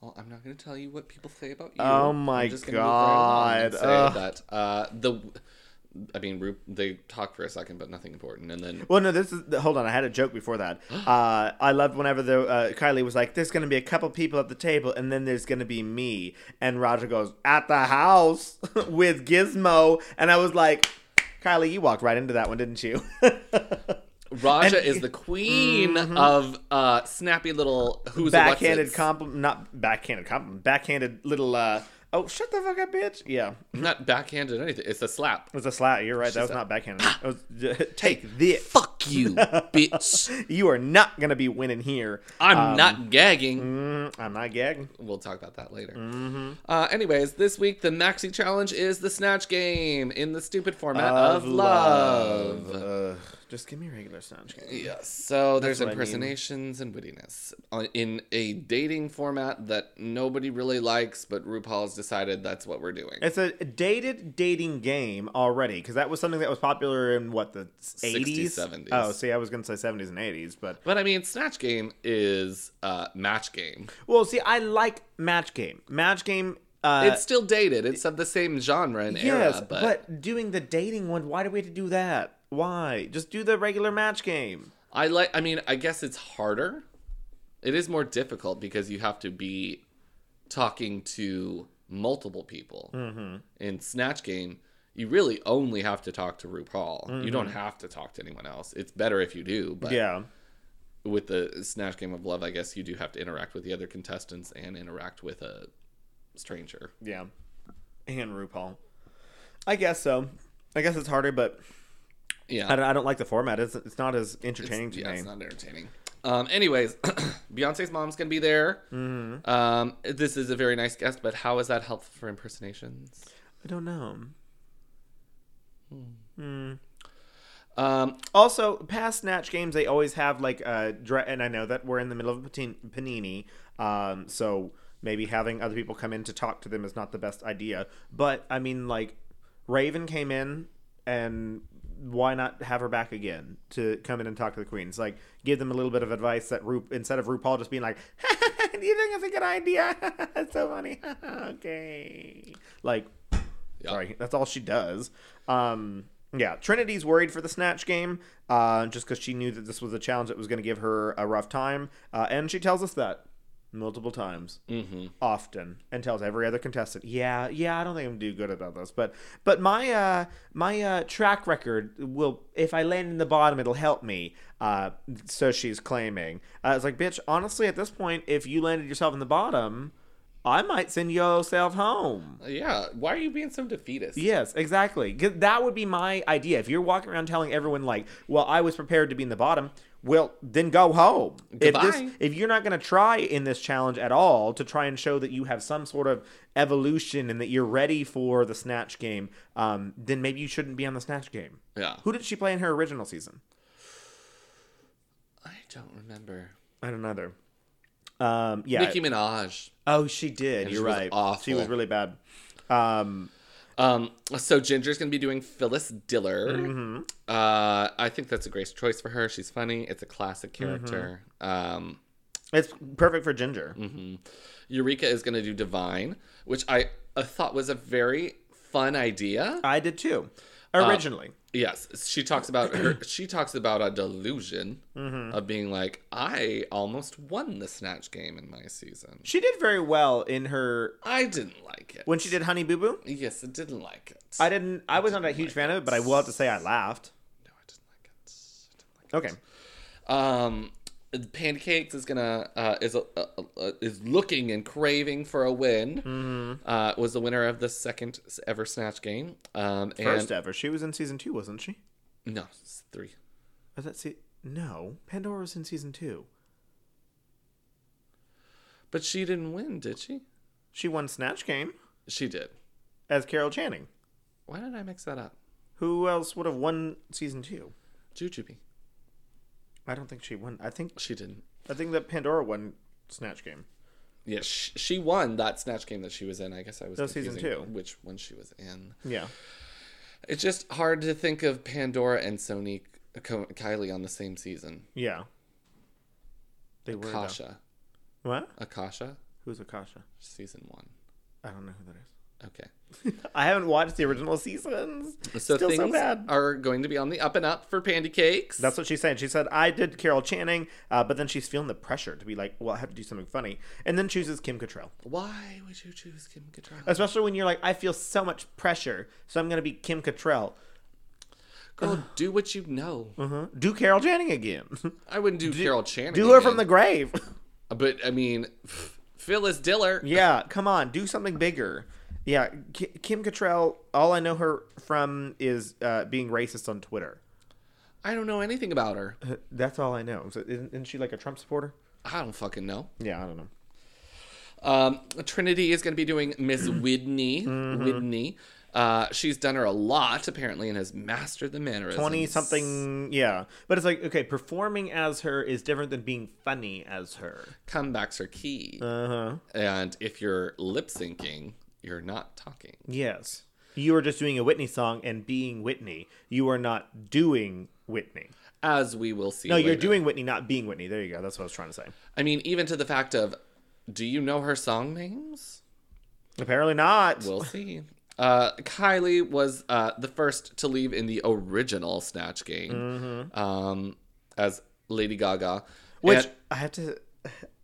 Speaker 1: Well, I'm not going to tell you what people say about you.
Speaker 2: Oh my
Speaker 1: I'm just gonna move right along and
Speaker 2: God.
Speaker 1: say
Speaker 2: Ugh.
Speaker 1: that uh, the, I mean, Ru- they talk for a second, but nothing important, and then
Speaker 2: Well, no, this is. Hold on, I had a joke before that. Uh, I loved whenever the uh, Kylie was like, "There's going to be a couple people at the table, and then there's going to be me." And Roger goes at the house with Gizmo, and I was like, "Kylie, you walked right into that one, didn't you?"
Speaker 1: Raja is the queen of uh, snappy little who's a
Speaker 2: Mm-hmm. backhanded
Speaker 1: what's
Speaker 2: compliment, not backhanded compliment, backhanded little. Uh, oh, shut the fuck up, bitch! Yeah, it
Speaker 1: not backhanded anything. It's a slap.
Speaker 2: was a slap. You're right. that was not backhanded. It was, take this.
Speaker 1: Fuck you, bitch.
Speaker 2: You are not going to be winning here.
Speaker 1: I'm
Speaker 2: Um,
Speaker 1: not gagging.
Speaker 2: Mm, I'm not gagging.
Speaker 1: We'll talk about that later.
Speaker 2: Mm-hmm.
Speaker 1: Uh, anyways, this week the maxi challenge is the snatch game in the stupid format of, love.
Speaker 2: Ugh, just give me regular sound. change.
Speaker 1: Yes. So there's
Speaker 2: what I mean.
Speaker 1: impersonations and wittiness on- in a dating format that nobody really likes, but RuPaul's decided that's what we're doing.
Speaker 2: It's a dated dating game already because that was something that was popular in what the
Speaker 1: 60s,
Speaker 2: eighties,
Speaker 1: 70s.
Speaker 2: Oh, see, I was gonna say seventies and eighties, but
Speaker 1: But I mean, snatch game is uh, match game.
Speaker 2: well, see, I like match game. Match game. Uh,
Speaker 1: it's still dated. It's of the same genre and
Speaker 2: yes,
Speaker 1: era,
Speaker 2: but...
Speaker 1: but,
Speaker 2: doing the dating one. Why do we have to do that? Why? Just do the regular match game.
Speaker 1: I like. I mean, I guess it's harder. It is more difficult because you have to be talking to multiple people. Mm-hmm. In Snatch Game, you really only have to talk to RuPaul. You don't have to talk to anyone else. It's better if you do, but
Speaker 2: Yeah,
Speaker 1: with the Snatch Game of Love, I guess you do have to interact with the other contestants and interact with a stranger.
Speaker 2: yeah. And RuPaul. I guess so. I guess it's harder, but
Speaker 1: Yeah.
Speaker 2: I don't, I don't like the format. It's, it's not as entertaining to
Speaker 1: yeah,
Speaker 2: me.
Speaker 1: it's not entertaining. Um, anyways, Beyonce's mom's gonna be there. Um, this is a very nice guest, but how is that helpful for impersonations?
Speaker 2: I don't know.
Speaker 1: Um,
Speaker 2: Also, past Snatch games, they always have like a dra- and I know that we're in the middle of a patin- panini, um, so maybe having other people come in to talk to them is not the best idea. But I mean, like Raven came in, and why not have her back again to come in and talk to the queens? Like, give them a little bit of advice that Ru- instead of RuPaul just being like, "Do you think it's a good idea?" That's so funny. okay, like Sorry, that's all she does. Um, yeah, Trinity's worried for the snatch game, uh, just because she knew that this was a challenge that was going to give her a rough time, uh, and she tells us that multiple times, mm-hmm. often, and tells every other contestant, "Yeah, yeah, I don't think I'm gonna do good about this, but but my uh, my uh, track record will, if I land in the bottom, it'll help me." Uh, so she's claiming, uh, "It's like, bitch, honestly, at this point, if you landed yourself in the bottom." I might send yourself home.
Speaker 1: yeah, why are you being so defeatist?
Speaker 2: Yes, exactly. 'Cause That would be my idea. If you're walking around telling everyone like, "Well, I was prepared to be in the bottom," well, then go home. If
Speaker 1: Goodbye.
Speaker 2: if you're not going to try in this challenge at all to try and show that you have some sort of evolution and that you're ready for the snatch game, um, then maybe you shouldn't be on the snatch game.
Speaker 1: Yeah.
Speaker 2: Who did she play in her original season?
Speaker 1: I don't remember.
Speaker 2: I don't know. There. Um, yeah.
Speaker 1: Nicki Minaj.
Speaker 2: Oh, she did. You're
Speaker 1: she was
Speaker 2: right.
Speaker 1: awful.
Speaker 2: She was really bad. Um,
Speaker 1: Um, so Ginger's gonna be doing Phyllis Diller.
Speaker 2: Mhm.
Speaker 1: Uh, I think that's a great choice for her. She's funny. It's a classic character. Um,
Speaker 2: It's perfect for Ginger.
Speaker 1: mhm. Eureka is gonna do Divine, which I uh, thought was a very fun idea.
Speaker 2: I did too,
Speaker 1: Uh,
Speaker 2: originally.
Speaker 1: Yes, she talks about her. She talks about a delusion
Speaker 2: Mm-hmm.
Speaker 1: of being like, I almost won the snatch game in my season.
Speaker 2: she did very well in her
Speaker 1: I didn't like it
Speaker 2: when she did Honey Boo Boo.
Speaker 1: Yes, I didn't like it.
Speaker 2: I didn't. I was not a huge fan of it, but I will have to say I laughed.
Speaker 1: no, I didn't like it. I didn't like it.
Speaker 2: Okay.
Speaker 1: Um, Pancakes is gonna uh, is uh, uh, uh, is looking and craving for a win.
Speaker 2: Mm-hmm.
Speaker 1: Uh, was the winner of the second ever snatch game. Um, and
Speaker 2: First ever. She was in season two, wasn't she?
Speaker 1: no, it's three.
Speaker 2: Was that se- No, Pandora was in season two.
Speaker 1: But she didn't win, did she?
Speaker 2: She won Snatch Game
Speaker 1: She did.
Speaker 2: as Carol Channing.
Speaker 1: Why did I mix that up?
Speaker 2: Who else would have won season two?
Speaker 1: Jujubee.
Speaker 2: I don't think she won. I think
Speaker 1: She didn't.
Speaker 2: I think that Pandora won Snatch Game.
Speaker 1: Yeah, sh- she won that snatch game that she was in. I guess I was
Speaker 2: That was season
Speaker 1: confusing
Speaker 2: two.
Speaker 1: which one she was in.
Speaker 2: Yeah.
Speaker 1: It's just hard to think of Pandora and Sony Ko- Kylie on the same season.
Speaker 2: Yeah. They were though.
Speaker 1: Akasha,
Speaker 2: What?
Speaker 1: Akasha,
Speaker 2: Who's Akasha?
Speaker 1: season one.
Speaker 2: I don't know who that
Speaker 1: Okay.
Speaker 2: is. I haven't watched the original seasons.
Speaker 1: So
Speaker 2: Still
Speaker 1: things
Speaker 2: so bad.
Speaker 1: are going to be on the up and up for Pandy Cakes.
Speaker 2: That's what she's saying. She said, I did Carol Channing, uh, but then she's feeling the pressure to be like, well, I have to do something funny. And then chooses Kim Cattrall.
Speaker 1: Why would you choose Kim Cattrall?
Speaker 2: Especially when you're like, I feel so much pressure, so I'm going to be Kim Cattrall. uh,
Speaker 1: Girl, do what you know.
Speaker 2: Uh-huh. Do Carol Channing again.
Speaker 1: I wouldn't do, Carol Channing.
Speaker 2: do her from the
Speaker 1: again.
Speaker 2: grave.
Speaker 1: But I mean, Phyllis Diller.
Speaker 2: yeah, come on. Do something bigger. Yeah, Ki Kim Cattrall, all I know her from is uh, being racist on Twitter.
Speaker 1: I don't know anything about her.
Speaker 2: That's all I know. So isn't, isn't she like a Trump supporter?
Speaker 1: I don't fucking know.
Speaker 2: Yeah, I don't know.
Speaker 1: Um, Trinity is going to be doing Miss Whitney.
Speaker 2: Mm-hmm.
Speaker 1: Whitney. Uh, she's done her a lot apparently and has mastered the mannerisms.
Speaker 2: 20 something, yeah. But it's like, okay, performing as her is different than being funny as her.
Speaker 1: comebacks are key,
Speaker 2: Uh huh.
Speaker 1: and if you're lip syncing, you're not talking.
Speaker 2: Yes. You are just doing a Whitney song and being Whitney. You are not doing Whitney.
Speaker 1: As we will see.
Speaker 2: No, you're
Speaker 1: later.
Speaker 2: doing Whitney, not being Whitney. There you go. That's what I was trying to say.
Speaker 1: I mean, even to the fact of, do you know her song names?
Speaker 2: Apparently not.
Speaker 1: We'll see. Uh, Kylie was uh, the first to leave in the original Snatch Game um, as Lady Gaga.
Speaker 2: Mm-hmm. Which
Speaker 1: And
Speaker 2: I have to.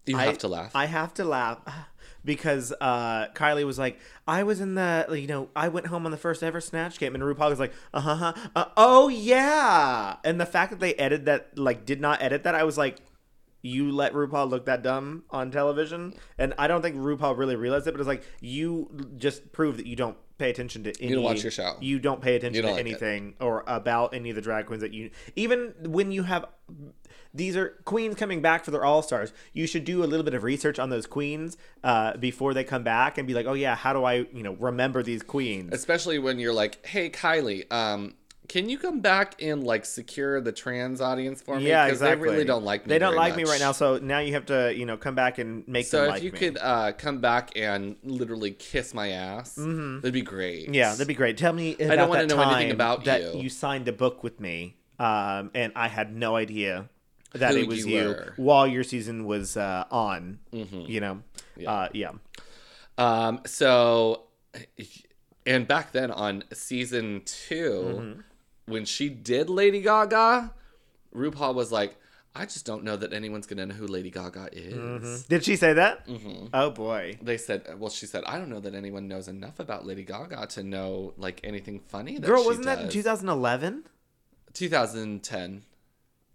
Speaker 1: you
Speaker 2: I,
Speaker 1: have to laugh.
Speaker 2: I have to laugh because uh, Kylie was like, "I was in the, you know, I went home on the first ever snatch game," and RuPaul was like, "Uh huh, uh, oh yeah." And the fact that they edited that, like, did not edit that, I was like, "You let RuPaul look that dumb on television?" And I don't think RuPaul really realized it, but it's like you just prove that you don't pay attention to any.
Speaker 1: don't watch your show.
Speaker 2: You don't pay attention to
Speaker 1: don't like it.
Speaker 2: anything or about any of the drag queens that you even when you have these are queens coming back for their all stars. You should do a little bit of research on those queens uh, before they come back and be like, oh yeah, how do I you know remember these queens?
Speaker 1: especially when you're like, "Hey, Kylie, um, can you come back and like secure the trans audience for me?
Speaker 2: Yeah,
Speaker 1: 'Cause
Speaker 2: exactly.
Speaker 1: They really don't like me.
Speaker 2: They don't
Speaker 1: very
Speaker 2: like me
Speaker 1: much."
Speaker 2: right now, so now you have to you know come back and make
Speaker 1: So
Speaker 2: them
Speaker 1: if
Speaker 2: like
Speaker 1: you
Speaker 2: me.
Speaker 1: could uh, come back and literally kiss my ass, that'd be great.
Speaker 2: Mm-hmm. yeah, that'd be great. Tell me about
Speaker 1: don't wanna
Speaker 2: that
Speaker 1: know anything
Speaker 2: time
Speaker 1: about
Speaker 2: that
Speaker 1: you.
Speaker 2: you. signed a book with me, um, and I had no idea that
Speaker 1: Who
Speaker 2: it was
Speaker 1: you
Speaker 2: you,
Speaker 1: were. Mm-hmm.
Speaker 2: while your season was uh, on. You know, yeah. Uh, yeah.
Speaker 1: Um, so, and back then on season 2
Speaker 2: Mm-hmm.
Speaker 1: when she did Lady Gaga, RuPaul was like, I just don't know that anyone's going to know who Lady Gaga is.
Speaker 2: Did she say that?
Speaker 1: Mm-hmm.
Speaker 2: Oh boy.
Speaker 1: They said, uh, well, she said, I don't know that anyone knows enough about Lady Gaga to know like anything funny. That
Speaker 2: Girl,
Speaker 1: she
Speaker 2: wasn't that in
Speaker 1: does."
Speaker 2: 2011?
Speaker 1: 2010?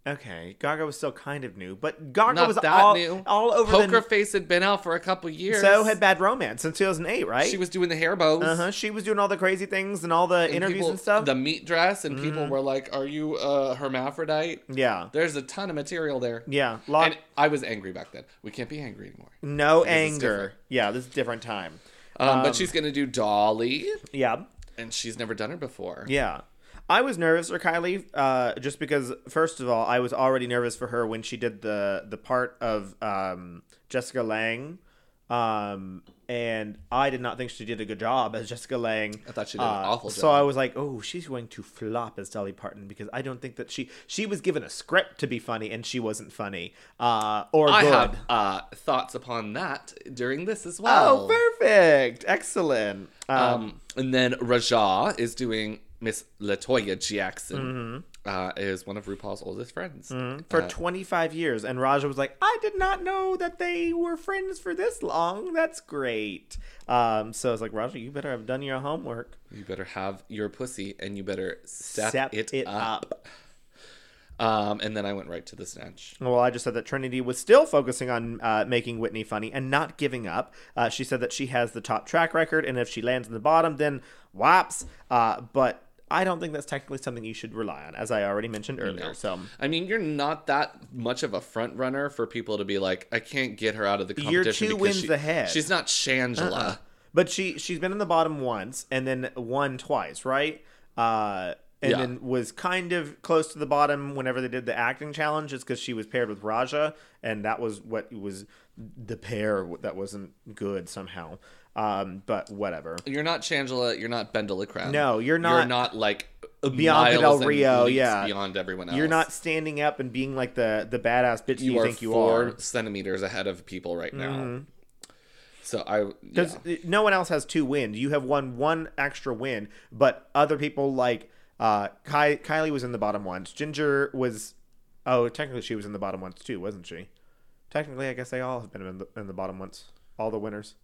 Speaker 2: Okay, Gaga was still kind of new, but Gaga
Speaker 1: Not
Speaker 2: was
Speaker 1: that
Speaker 2: all,
Speaker 1: new.
Speaker 2: all over
Speaker 1: Poker
Speaker 2: the.
Speaker 1: Face had been out for a couple years.
Speaker 2: So had Bad Romance since 2008, right?
Speaker 1: she was doing the hair bows.
Speaker 2: uh huh. She was doing all the crazy things and all the
Speaker 1: and
Speaker 2: interviews
Speaker 1: people-
Speaker 2: and stuff. Mm-hmm.
Speaker 1: The meat dress, and people were like, "Are you a hermaphrodite?"
Speaker 2: yeah,
Speaker 1: There's a ton of material there.
Speaker 2: yeah. Lot
Speaker 1: And I was angry back then. We can't be angry anymore.
Speaker 2: no
Speaker 1: is
Speaker 2: anger.
Speaker 1: different.
Speaker 2: Yeah, this is a different time.
Speaker 1: Um, but she's gonna do Dolly,
Speaker 2: Yeah,
Speaker 1: and she's never done her before.
Speaker 2: yeah. I was nervous for Kylie, uh, just because first of all, I was already nervous for her when she did the the part of um, Jessica Lang Um, and I did not think she did a good job as Jessica Lang. Uh,
Speaker 1: I thought she did an awful
Speaker 2: So
Speaker 1: job.
Speaker 2: I was like, oh, she's going to flop as Dolly Parton because I don't think that she she was given a script to be funny and she wasn't funny uh, or
Speaker 1: I
Speaker 2: good.
Speaker 1: have uh, thoughts upon that during this as well.
Speaker 2: Oh, perfect! Excellent. Um,
Speaker 1: Um, and then Raja is doing Miss Latoya Jackson,
Speaker 2: Mm-hmm.
Speaker 1: uh, is one of RuPaul's oldest friends.
Speaker 2: for
Speaker 1: Uh,
Speaker 2: 25 years. And Raja was like, I did not know that they were friends for this long. That's great. Um, so I was like, Raja, you better have done your homework.
Speaker 1: you better have your pussy and you better step,
Speaker 2: Step
Speaker 1: it, up. Um, and then I went right to the snatch.
Speaker 2: Well, I just said that Trinity was still focusing on uh, making Whitney funny and not giving up. Uh, she said that she has the top track record, and if she lands in the bottom, then whops. Uh, but I don't think that's technically something you should rely on, as I already mentioned earlier. So
Speaker 1: I mean, you're not that much of a front runner for people to be like, I can't get her out of the competition.
Speaker 2: two
Speaker 1: because
Speaker 2: wins
Speaker 1: she-
Speaker 2: ahead." Uh-uh.
Speaker 1: She's not Shangela.
Speaker 2: But she she's been in the bottom once and then won twice, right? Uh, and
Speaker 1: Yeah.
Speaker 2: then was kind of close to the bottom whenever they did the acting challenge, just because she was paired with Raja, and that was what was the pair that wasn't good somehow. Um, but whatever.
Speaker 1: You're not Shangela. You're not Bendela Crab.
Speaker 2: No, you're
Speaker 1: You're
Speaker 2: not-
Speaker 1: not like
Speaker 2: Bianca
Speaker 1: miles
Speaker 2: Del
Speaker 1: and
Speaker 2: Rio,
Speaker 1: leaps
Speaker 2: yeah.
Speaker 1: Beyond everyone else.
Speaker 2: You're not standing up and being like the the badass bitch you,
Speaker 1: you are
Speaker 2: think you
Speaker 1: four
Speaker 2: are. Mm-hmm.
Speaker 1: centimeters ahead of people right now. So I yeah.
Speaker 2: Because no one else has two wins. You have won one extra win, but other people like uh, Ky- Kylie was in the bottom once. Ginger was, oh, technically she was in the bottom once too, wasn't she? Technically, I guess they all have been in the, in the bottom once. All the winners.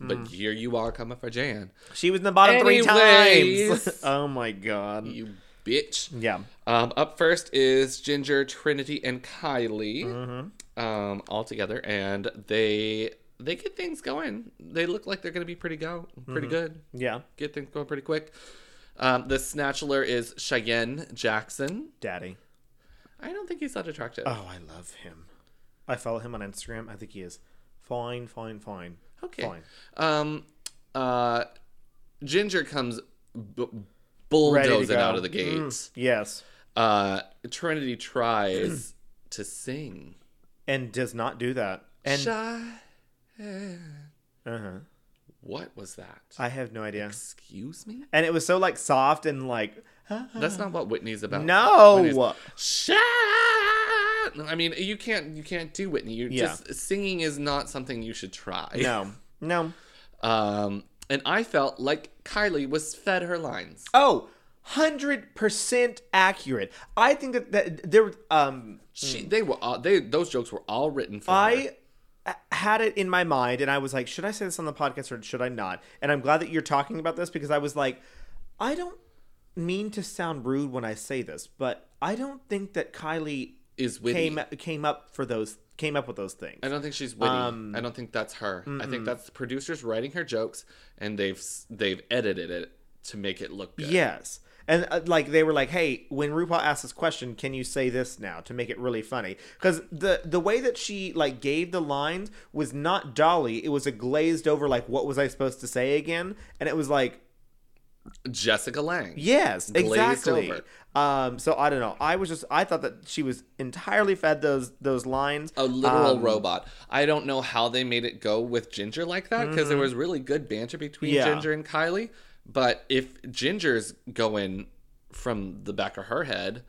Speaker 1: but
Speaker 2: Mm.
Speaker 1: here you are coming for Jan,
Speaker 2: She was in the bottom three times.
Speaker 1: Anyways.
Speaker 2: oh my god.
Speaker 1: you bitch.
Speaker 2: Yeah.
Speaker 1: Um, up first is Ginger, Trinity, and Kylie,
Speaker 2: Mm-hmm.
Speaker 1: um, all together, and they they get things going. They look like they're gonna be pretty go, pretty
Speaker 2: Mm-hmm.
Speaker 1: good.
Speaker 2: Yeah.
Speaker 1: Get things going pretty quick. Um, the snatchler is Cheyenne Jackson.
Speaker 2: Daddy.
Speaker 1: I don't think he's that attractive.
Speaker 2: Oh, I love him. I follow him on Instagram. I think he is fine, fine, fine.
Speaker 1: Okay.
Speaker 2: Fine.
Speaker 1: Um, uh, Ginger comes b-
Speaker 2: Ready to
Speaker 1: bulldozing
Speaker 2: go. Mm.
Speaker 1: out of the gate.
Speaker 2: Yes.
Speaker 1: Uh, Trinity tries to sing.
Speaker 2: And does not do that. And
Speaker 1: Shy-
Speaker 2: uh-huh.
Speaker 1: What was that?
Speaker 2: I have no idea.
Speaker 1: Excuse me?
Speaker 2: and it was so like soft and like
Speaker 1: That's not what Whitney's about.
Speaker 2: Uh. no
Speaker 1: Shy. I mean, you can't you can't do Whitney. You
Speaker 2: Yeah.
Speaker 1: just singing is not something you should try.
Speaker 2: no no
Speaker 1: Um and I felt like Kylie was fed her lines.
Speaker 2: oh 100% accurate i think that, that there um
Speaker 1: She, they were all, they those jokes were all written for her.
Speaker 2: i had it in my mind and i was like should i say this on the podcast or should i not and i'm glad that you're talking about this because i was like i don't mean to sound rude when i say this but i don't think that kylie
Speaker 1: is witty.
Speaker 2: came came up for those came up with those things
Speaker 1: I don't think she's witty.
Speaker 2: Um,
Speaker 1: I don't think that's her. I think that's the producers writing her jokes, and they've s- they've edited it to make it look good.
Speaker 2: Yes. And uh, like they were like, "Hey, when RuPaul asked this question, can you say this now to make it really funny?" Because the the way that she like gave the lines was not Dolly; it was a glazed over like, "What was I supposed to say again?" And it was like,
Speaker 1: Jessica Lang.
Speaker 2: "Yes,
Speaker 1: Glazed
Speaker 2: exactly."
Speaker 1: over.
Speaker 2: Um, so I don't know. I was just I thought that she was entirely fed those those lines.
Speaker 1: A literal
Speaker 2: Um,
Speaker 1: robot. I don't know how they made it go with Ginger like that because there was really good banter between
Speaker 2: Mm-hmm. Yeah.
Speaker 1: Ginger and Kylie. But if Ginger's going from the back of her head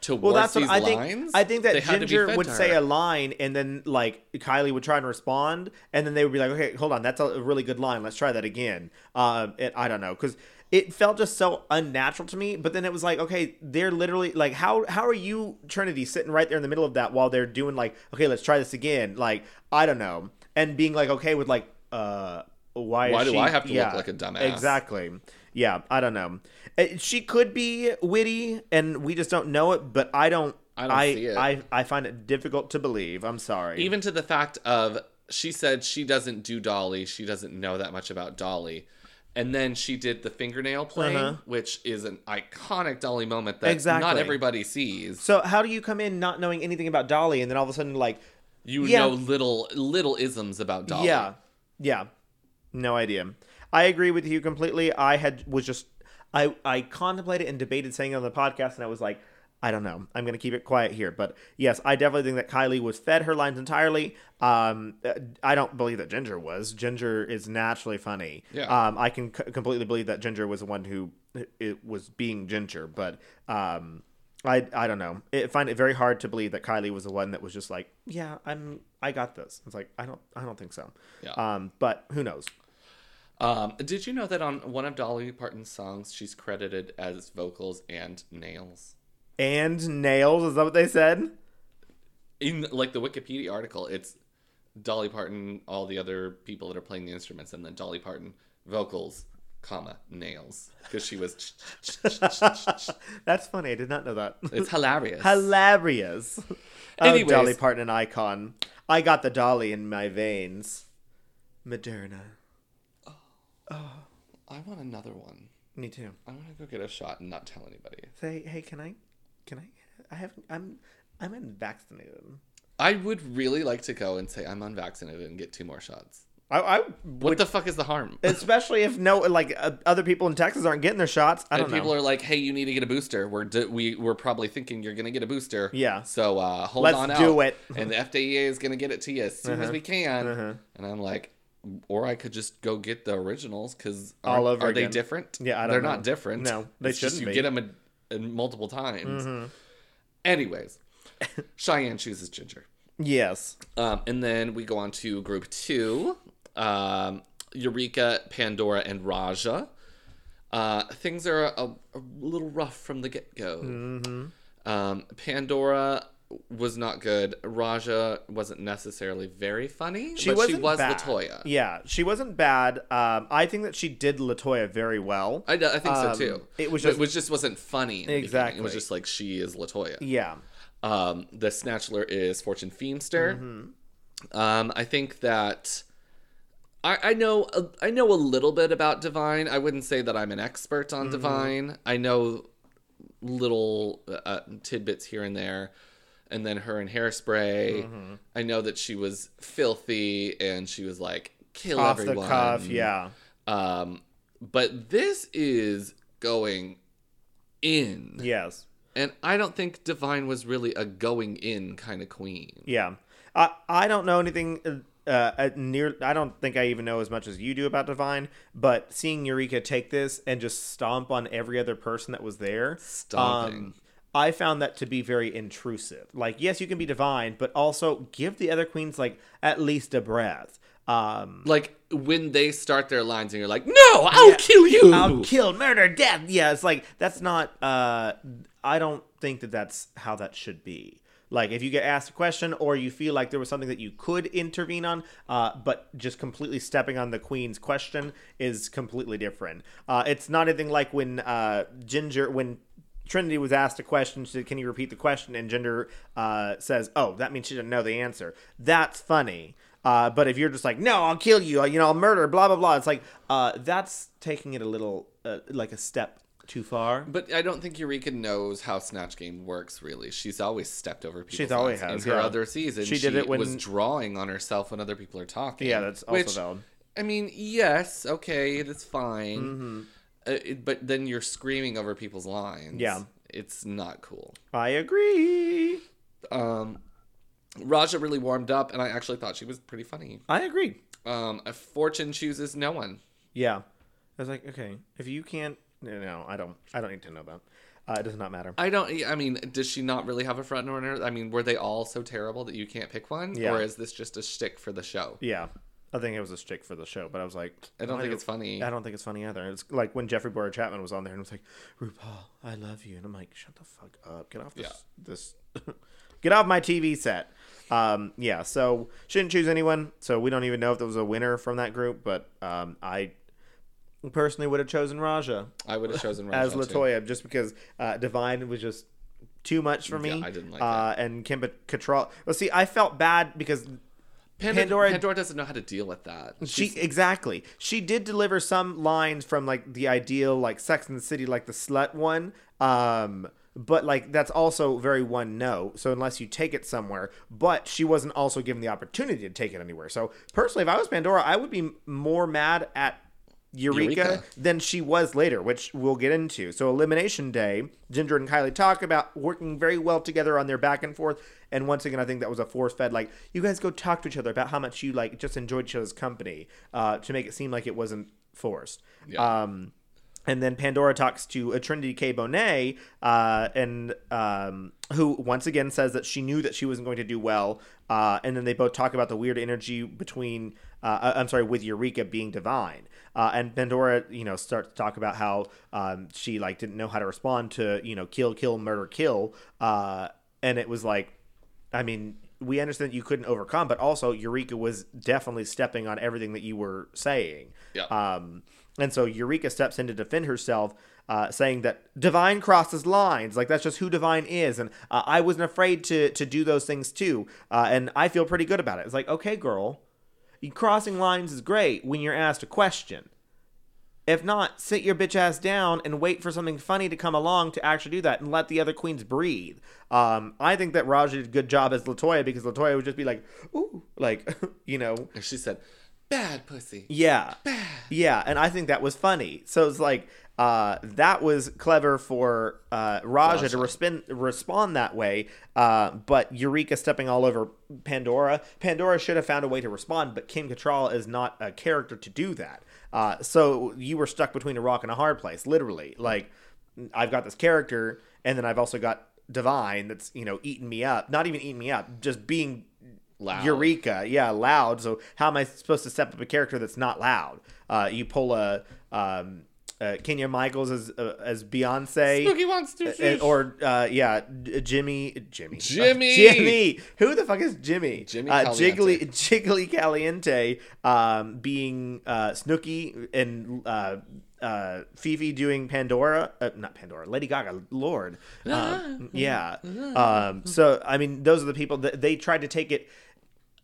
Speaker 1: towards
Speaker 2: Well, that's
Speaker 1: these
Speaker 2: what I think.
Speaker 1: lines,
Speaker 2: I think
Speaker 1: they
Speaker 2: that
Speaker 1: had to be
Speaker 2: Ginger
Speaker 1: fed
Speaker 2: would
Speaker 1: to
Speaker 2: say
Speaker 1: her.
Speaker 2: a line, and then like Kylie would try and respond, and then they would be like, "Okay, hold on, that's a really good line. Let's try that again." Um, it, I don't know because it felt just so unnatural to me. But then it was like, okay, they're literally like, how how are you Trinity sitting right there in the middle of that while they're doing like, okay, let's try this again. Like I don't know, and being like, okay, with like, uh, why? is
Speaker 1: Why do
Speaker 2: she-
Speaker 1: I have to look
Speaker 2: Yeah,
Speaker 1: like a dumbass?
Speaker 2: Exactly. Yeah, I don't know. Uh, She could be witty, and we just don't know it. But I don't.
Speaker 1: I don't see it.
Speaker 2: I, I find it difficult to believe. I'm sorry.
Speaker 1: even to the fact of she said she doesn't do dolly she doesn't know that much about dolly and then she did the fingernail playing which is an iconic dolly moment that not
Speaker 2: Uh-huh. Exactly.
Speaker 1: everybody sees
Speaker 2: so how do you come in not knowing anything about Dolly, and then all of a sudden like,
Speaker 1: you
Speaker 2: Yeah.
Speaker 1: know little little isms about dolly
Speaker 2: yeah, yeah, no idea. I agree with you completely. I had was just I I contemplated and debated saying it on the podcast, and I was like, I don't know. I'm going to keep it quiet here. But yes, I definitely think that Kylie was fed her lines entirely. Um, uh, I don't believe that Ginger was. Ginger is naturally funny.
Speaker 1: Yeah.
Speaker 2: Um, I can c- completely believe that Ginger was the one who it was being Ginger. But um, I, I don't know. I find it very hard to believe that Kylie was the one that was just like, yeah, I'm, I got this. It's like, I don't, I don't think so.
Speaker 1: Yeah.
Speaker 2: Um, but who knows?
Speaker 1: Um, did you know that on one of Dolly Parton's songs, she's credited as vocals and nails?
Speaker 2: And nails is that what they said?
Speaker 1: In like the Wikipedia article, it's Dolly Parton, all the other people that are playing the instruments, and then Dolly Parton vocals, comma nails, because she was.
Speaker 2: That's funny. I did not know that.
Speaker 1: it's hilarious.
Speaker 2: Hilarious. Oh,
Speaker 1: Anyways.
Speaker 2: Dolly Parton, an icon. I got the Dolly in my veins. Moderna.
Speaker 1: I want another one.
Speaker 2: Me too.
Speaker 1: I'm gonna go get a shot and not tell anybody.
Speaker 2: Say, hey, can I? Can I? I have. I'm. I'm unvaccinated.
Speaker 1: I would really like to go and say I'm unvaccinated and get two more shots.
Speaker 2: I. I
Speaker 1: What the fuck is the harm?
Speaker 2: especially if no, like uh, other people in Texas aren't getting their shots. I don't
Speaker 1: And
Speaker 2: know.
Speaker 1: people are like, "Hey, you need to get a booster." We're d- we we're probably thinking you're gonna get a booster.
Speaker 2: Yeah.
Speaker 1: So uh, hold
Speaker 2: Let's
Speaker 1: on
Speaker 2: do
Speaker 1: out.
Speaker 2: it. Uh-huh.
Speaker 1: and the FDA is gonna get it to you as soon as we can. And I'm like, or I could just go get the originals because
Speaker 2: All over
Speaker 1: Are
Speaker 2: again.
Speaker 1: they different?
Speaker 2: Yeah, I don't
Speaker 1: They're
Speaker 2: know.
Speaker 1: not different.
Speaker 2: No, they
Speaker 1: it's just
Speaker 2: shouldn't
Speaker 1: you
Speaker 2: be. Mm-hmm.
Speaker 1: get them a, a multiple times. Anyways, Cheyenne chooses Ginger.
Speaker 2: yes.
Speaker 1: Um, and then we go on to group two um, Eureka, Pandora, and Raja. Uh, things are a, a little rough from the get go.
Speaker 2: Mm-hmm.
Speaker 1: Um, Pandora was not good. Raja wasn't necessarily very funny,
Speaker 2: She
Speaker 1: but she
Speaker 2: wasn't
Speaker 1: was
Speaker 2: bad.
Speaker 1: Latoya.
Speaker 2: Yeah, she wasn't bad. Um, I think that she did Latoya very well.
Speaker 1: I, I think so
Speaker 2: Um,
Speaker 1: too.
Speaker 2: it was
Speaker 1: But
Speaker 2: just-
Speaker 1: it was just wasn't funny. in the beginning. It
Speaker 2: Exactly.
Speaker 1: was just like she is Latoya.
Speaker 2: yeah.
Speaker 1: Um, the Snatchler is Fortune Feemster.
Speaker 2: Mm-hmm.
Speaker 1: Um, I think that I, I know uh, I know a little bit about Divine. I wouldn't say that I'm an expert
Speaker 2: Mm-hmm.
Speaker 1: on Divine. I know little uh, tidbits here and there, and then her in Hairspray.
Speaker 2: Mm-hmm.
Speaker 1: I know that she was filthy and she was like kill
Speaker 2: Off
Speaker 1: everyone.
Speaker 2: the cuff. Yeah.
Speaker 1: Um, but this is going in.
Speaker 2: Yes.
Speaker 1: And I don't think Divine was really a going in kind of queen.
Speaker 2: Yeah, I I don't know anything. uh, Uh, near I don't think I even know as much as you do about Divine, but seeing Eureka take this and just stomp on every other person that was there, um,
Speaker 1: Stomping.
Speaker 2: I found that to be very intrusive. Like, yes, you can be divine, but also give the other queens like at least a breath. Um,
Speaker 1: Like when they start their lines and you're like, "No, I'll kill you."
Speaker 2: I'll kill, murder, death. Yeah, it's like that's not. Uh, I don't think that that's how that should be. Like if you get asked a question or you feel like there was something that you could intervene on, uh, but just completely stepping on the queen's question is completely different. Uh, it's not anything like when uh, Ginger when. Trinity was asked a question. She said, "Can you repeat the question?" And Ginger uh, says, "Oh, that means she didn't know the answer." That's funny. Uh, but if you're just like, no, I'll kill you, you know, I'll murder, blah blah blah. It's like uh, that's taking it a little uh, like a step too far.
Speaker 1: But I don't think Eureka knows how Snatch Game works really. She's always stepped over people.
Speaker 2: always has,
Speaker 1: In her
Speaker 2: yeah.
Speaker 1: other season,
Speaker 2: She did it when-
Speaker 1: was drawing on herself when other people are talking.
Speaker 2: Yeah, that's also
Speaker 1: which,
Speaker 2: valid.
Speaker 1: I mean, yes, okay, it is fine.
Speaker 2: Mm-hmm.
Speaker 1: Uh, it- but then you're screaming over people's lines.
Speaker 2: Yeah.
Speaker 1: It's not cool.
Speaker 2: I agree.
Speaker 1: Um, Raja really warmed up, and I actually thought she was pretty funny.
Speaker 2: I agree.
Speaker 1: Um, a fortune chooses no one.
Speaker 2: Yeah, I was like, okay, if you can't, no, no I don't, I don't need to know that. Uh, it does not matter.
Speaker 1: I don't. e, I mean, does she not really have a front runner? I mean, were they all so terrible that you can't pick one,
Speaker 2: Yeah.
Speaker 1: or is this just a shtick for the show?
Speaker 2: yeah, I think it was a stick for the show, but I was like,
Speaker 1: I don't
Speaker 2: why
Speaker 1: think
Speaker 2: do-
Speaker 1: it's funny.
Speaker 2: I don't think it's funny either. It's like when Jeffrey Borer Chapman was on there and was like, RuPaul, I love you. And I'm like, shut the fuck up. Get off this. this get off my TV set. Um, yeah, so shouldn't choose anyone. So we don't even know if there was a winner from that group, but um, I personally would have chosen Raja
Speaker 1: I would have chosen Raja
Speaker 2: as
Speaker 1: too.
Speaker 2: Latoya just because uh, Divine was just too much for me.
Speaker 1: Yeah, I didn't like
Speaker 2: uh, And Kim Cattrall. Well, see, I felt bad because
Speaker 1: Panda-
Speaker 2: Pandora-
Speaker 1: Pandora. doesn't know how to deal with that.
Speaker 2: She
Speaker 1: She's-
Speaker 2: exactly. She did deliver some lines from like the ideal like Sex and the City like the slut one. Um but like that's also very one no. So unless you take it somewhere, but she wasn't also given the opportunity to take it anywhere. So personally if I was Pandora, I would be m- more mad at Eureka,
Speaker 1: Eureka.
Speaker 2: than she was later, which we'll get into. So Elimination Day, Ginger and Kylie talk about working very well together on their back and forth. And once again, I think that was a force fed like you guys go talk to each other about how much you like just enjoyed each other's company uh, to make it seem like it wasn't forced.
Speaker 1: Yeah.
Speaker 2: Um, and then Pandora talks to a Trinity K. Bonet, uh, and um, who once again says that she knew that she wasn't going to do well. Uh, and then they both talk about the weird energy between, uh, I- I'm sorry, with Eureka being divine. Uh, and Pandora, you know, starts to talk about how um, she like didn't know how to respond to, you know, kill, kill, murder, kill. Uh, and it was like, I mean, we understand that you couldn't overcome, but also Eureka was definitely stepping on everything that you were saying.
Speaker 1: Yeah.
Speaker 2: Um, and so Eureka steps in to defend herself, uh, saying that Divine crosses lines. Like that's just who Divine is, and uh, I wasn't afraid to to do those things too, uh, and I feel pretty good about it. It's like, okay, girl, you- crossing lines is great when you're asked a question. If not, sit your bitch ass down and wait for something funny to come along to actually do that and let the other queens breathe. Um, I think that Raja did a good job as Latoya because Latoya would just be like, ooh, like, you know,
Speaker 1: And she said, "Bad pussy."
Speaker 2: yeah. Yeah, and I think that was funny. So it's like uh, that was clever for uh, Raja to respin- respond that way, uh, but Eureka stepping all over Pandora. Pandora should have found a way to respond, but Kim Cattrall is not a character to do that. Uh, so you were stuck between a rock and a hard place, literally. Like I've got this character, and then I've also got Divine that's you know eating me up. Not even eating me up, just being
Speaker 1: Loud.
Speaker 2: Eureka, yeah, loud. So how am I supposed to step up a character that's not loud? Uh, you pull a um, uh, Kenya Michaels as uh, as Beyonce,
Speaker 1: Spooky wants to
Speaker 2: and-
Speaker 1: fish.
Speaker 2: or uh, yeah, J- Jimmy, uh, Jimmy,
Speaker 1: Jimmy!
Speaker 2: Jimmy. Who the fuck is Jimmy?
Speaker 1: Jimmy
Speaker 2: uh,
Speaker 1: Caliente.
Speaker 2: Jiggly, Jiggly Caliente, um, being uh, Snooky and uh, uh, Fifi doing Pandora, uh, not Pandora, Lady Gaga, Lord. Um, yeah. Um, so I mean, those are the people that they tried to take it.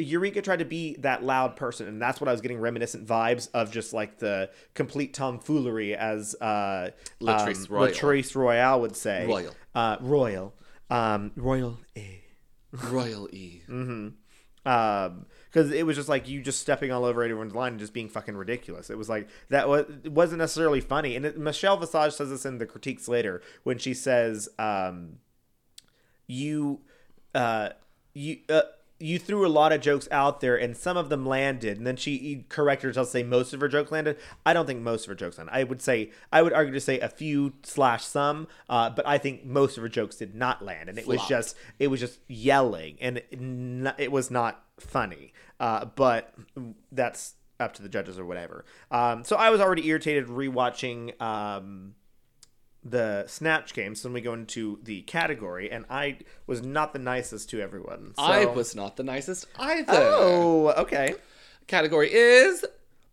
Speaker 2: Eureka tried to be that loud person, and that's what I was getting reminiscent vibes of, just like the complete tomfoolery as uh,
Speaker 1: Latrice
Speaker 2: um,
Speaker 1: Royal.
Speaker 2: Latrice Royale would say,
Speaker 1: Royal.
Speaker 2: uh, royal, um, royal, eh.
Speaker 1: Royal E.
Speaker 2: Mm, Um 'cause because it was just like you just stepping all over everyone's line and just being fucking ridiculous. It was like that was it wasn't necessarily funny. And it, Michelle Visage says this in the critiques later when she says, um, "You, uh, you." Uh, you threw a lot of jokes out there and some of them landed and then she corrected herself to say most of her joke landed i don't think most of her jokes landed i would say i would argue to say a few slash some uh, but i think most of her jokes did not land and it was
Speaker 1: Flopped.
Speaker 2: just just- it was just yelling and it, n- it was not funny uh, but that's up to the judges or whatever um, so i was already irritated rewatching um, the snatch game so then we go into the category and i was not the nicest to everyone so
Speaker 1: I was not the nicest either.
Speaker 2: oh okay
Speaker 1: Category is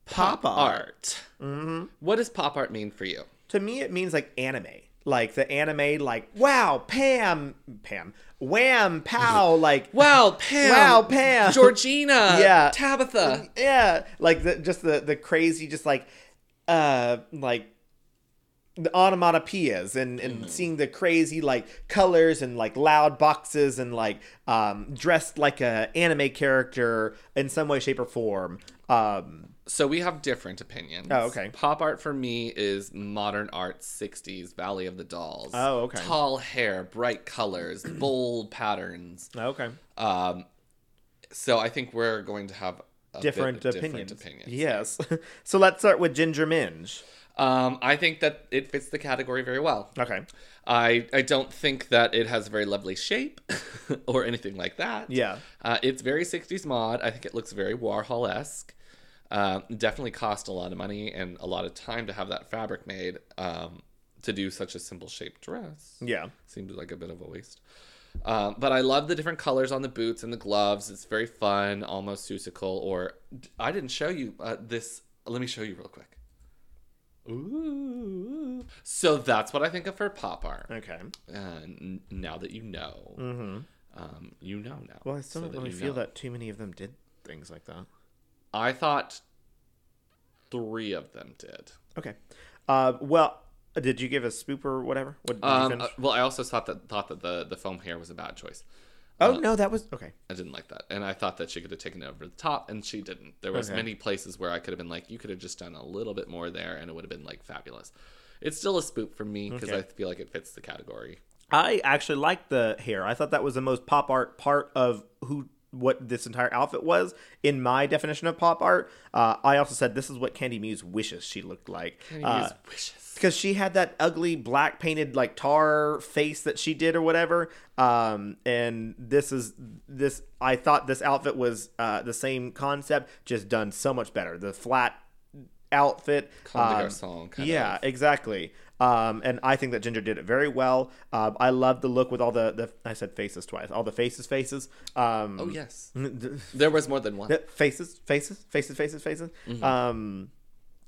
Speaker 1: pop,
Speaker 2: Pop Mm-hmm.
Speaker 1: art. What does pop art mean for you?
Speaker 2: to me it means like anime like the anime like wow pam pam wham pow like
Speaker 1: Wow, Pam.
Speaker 2: Wow, Pam.
Speaker 1: Georgina.
Speaker 2: Yeah.
Speaker 1: Tabitha.
Speaker 2: yeah like the just the the crazy just like uh like the onomatopoeias and and
Speaker 1: Mm-hmm.
Speaker 2: seeing the crazy like colors and like loud boxes and like um dressed like a anime character in some way shape or form um
Speaker 1: So we have different opinions.
Speaker 2: Oh, okay.
Speaker 1: Pop art for me is modern art, 60s, Valley of the Dolls.
Speaker 2: Oh, okay.
Speaker 1: Tall hair, bright colors, bold patterns.
Speaker 2: okay
Speaker 1: Um, so I think we're going to have a
Speaker 2: different
Speaker 1: bit, Different
Speaker 2: opinions.
Speaker 1: opinions.
Speaker 2: yes so let's start with ginger minge
Speaker 1: Um, I think that it fits the category very well.
Speaker 2: okay
Speaker 1: I I don't think that it has a very lovely shape or anything like that.
Speaker 2: Yeah.
Speaker 1: Uh, it's very 60s mod. I think it looks very Warhol esque. Um, definitely cost a lot of money and a lot of time to have that fabric made um, to do such a simple shaped dress.
Speaker 2: yeah
Speaker 1: Seems like a bit of a waste. Um, but I love the different colors on the boots and the gloves. It's very fun, almost Seussical. Or I didn't show you uh, this. Let me show you real quick. Ooh. So that's what I think of for pop art.
Speaker 2: okay
Speaker 1: Uh, n- now that you know, um, you know now.
Speaker 2: Mm-hmm. well i still
Speaker 1: so
Speaker 2: don't really
Speaker 1: you
Speaker 2: feel
Speaker 1: know.
Speaker 2: that too many of them did things like that
Speaker 1: I thought three of them did.
Speaker 2: Okay. Uh, well, did you give a spoop or whatever? What did you
Speaker 1: Um,
Speaker 2: finish?
Speaker 1: uh, well, I also thought that thought that the the foam hair was a bad choice.
Speaker 2: Oh no, that was okay.
Speaker 1: I didn't like that. And I thought that she could have taken it over the top, and she didn't. There was
Speaker 2: Okay.
Speaker 1: many places where I could have been like, you could have just done a little bit more there, and it would have been like fabulous. It's still a spoop for me because
Speaker 2: Okay.
Speaker 1: I feel like it fits the category.
Speaker 2: I actually liked the hair. I thought that was the most pop art part of who what this entire outfit was in my definition of pop art. Uh, I also said this is what Candy Muse wishes she looked like. Uh,
Speaker 1: His wishes.
Speaker 2: because she had that ugly black painted like tar face that she did or whatever um and this is this i thought this outfit was uh the same concept just done so much better the flat outfit
Speaker 1: Comme des
Speaker 2: um,
Speaker 1: Garçons, kind
Speaker 2: yeah
Speaker 1: of.
Speaker 2: exactly um and i think that ginger did it very well um i love the look with all the the i said faces twice all the faces faces um
Speaker 1: Oh, yes. there was more than one.
Speaker 2: yeah, faces, faces, faces, faces, faces.
Speaker 1: Mm-hmm.
Speaker 2: Um,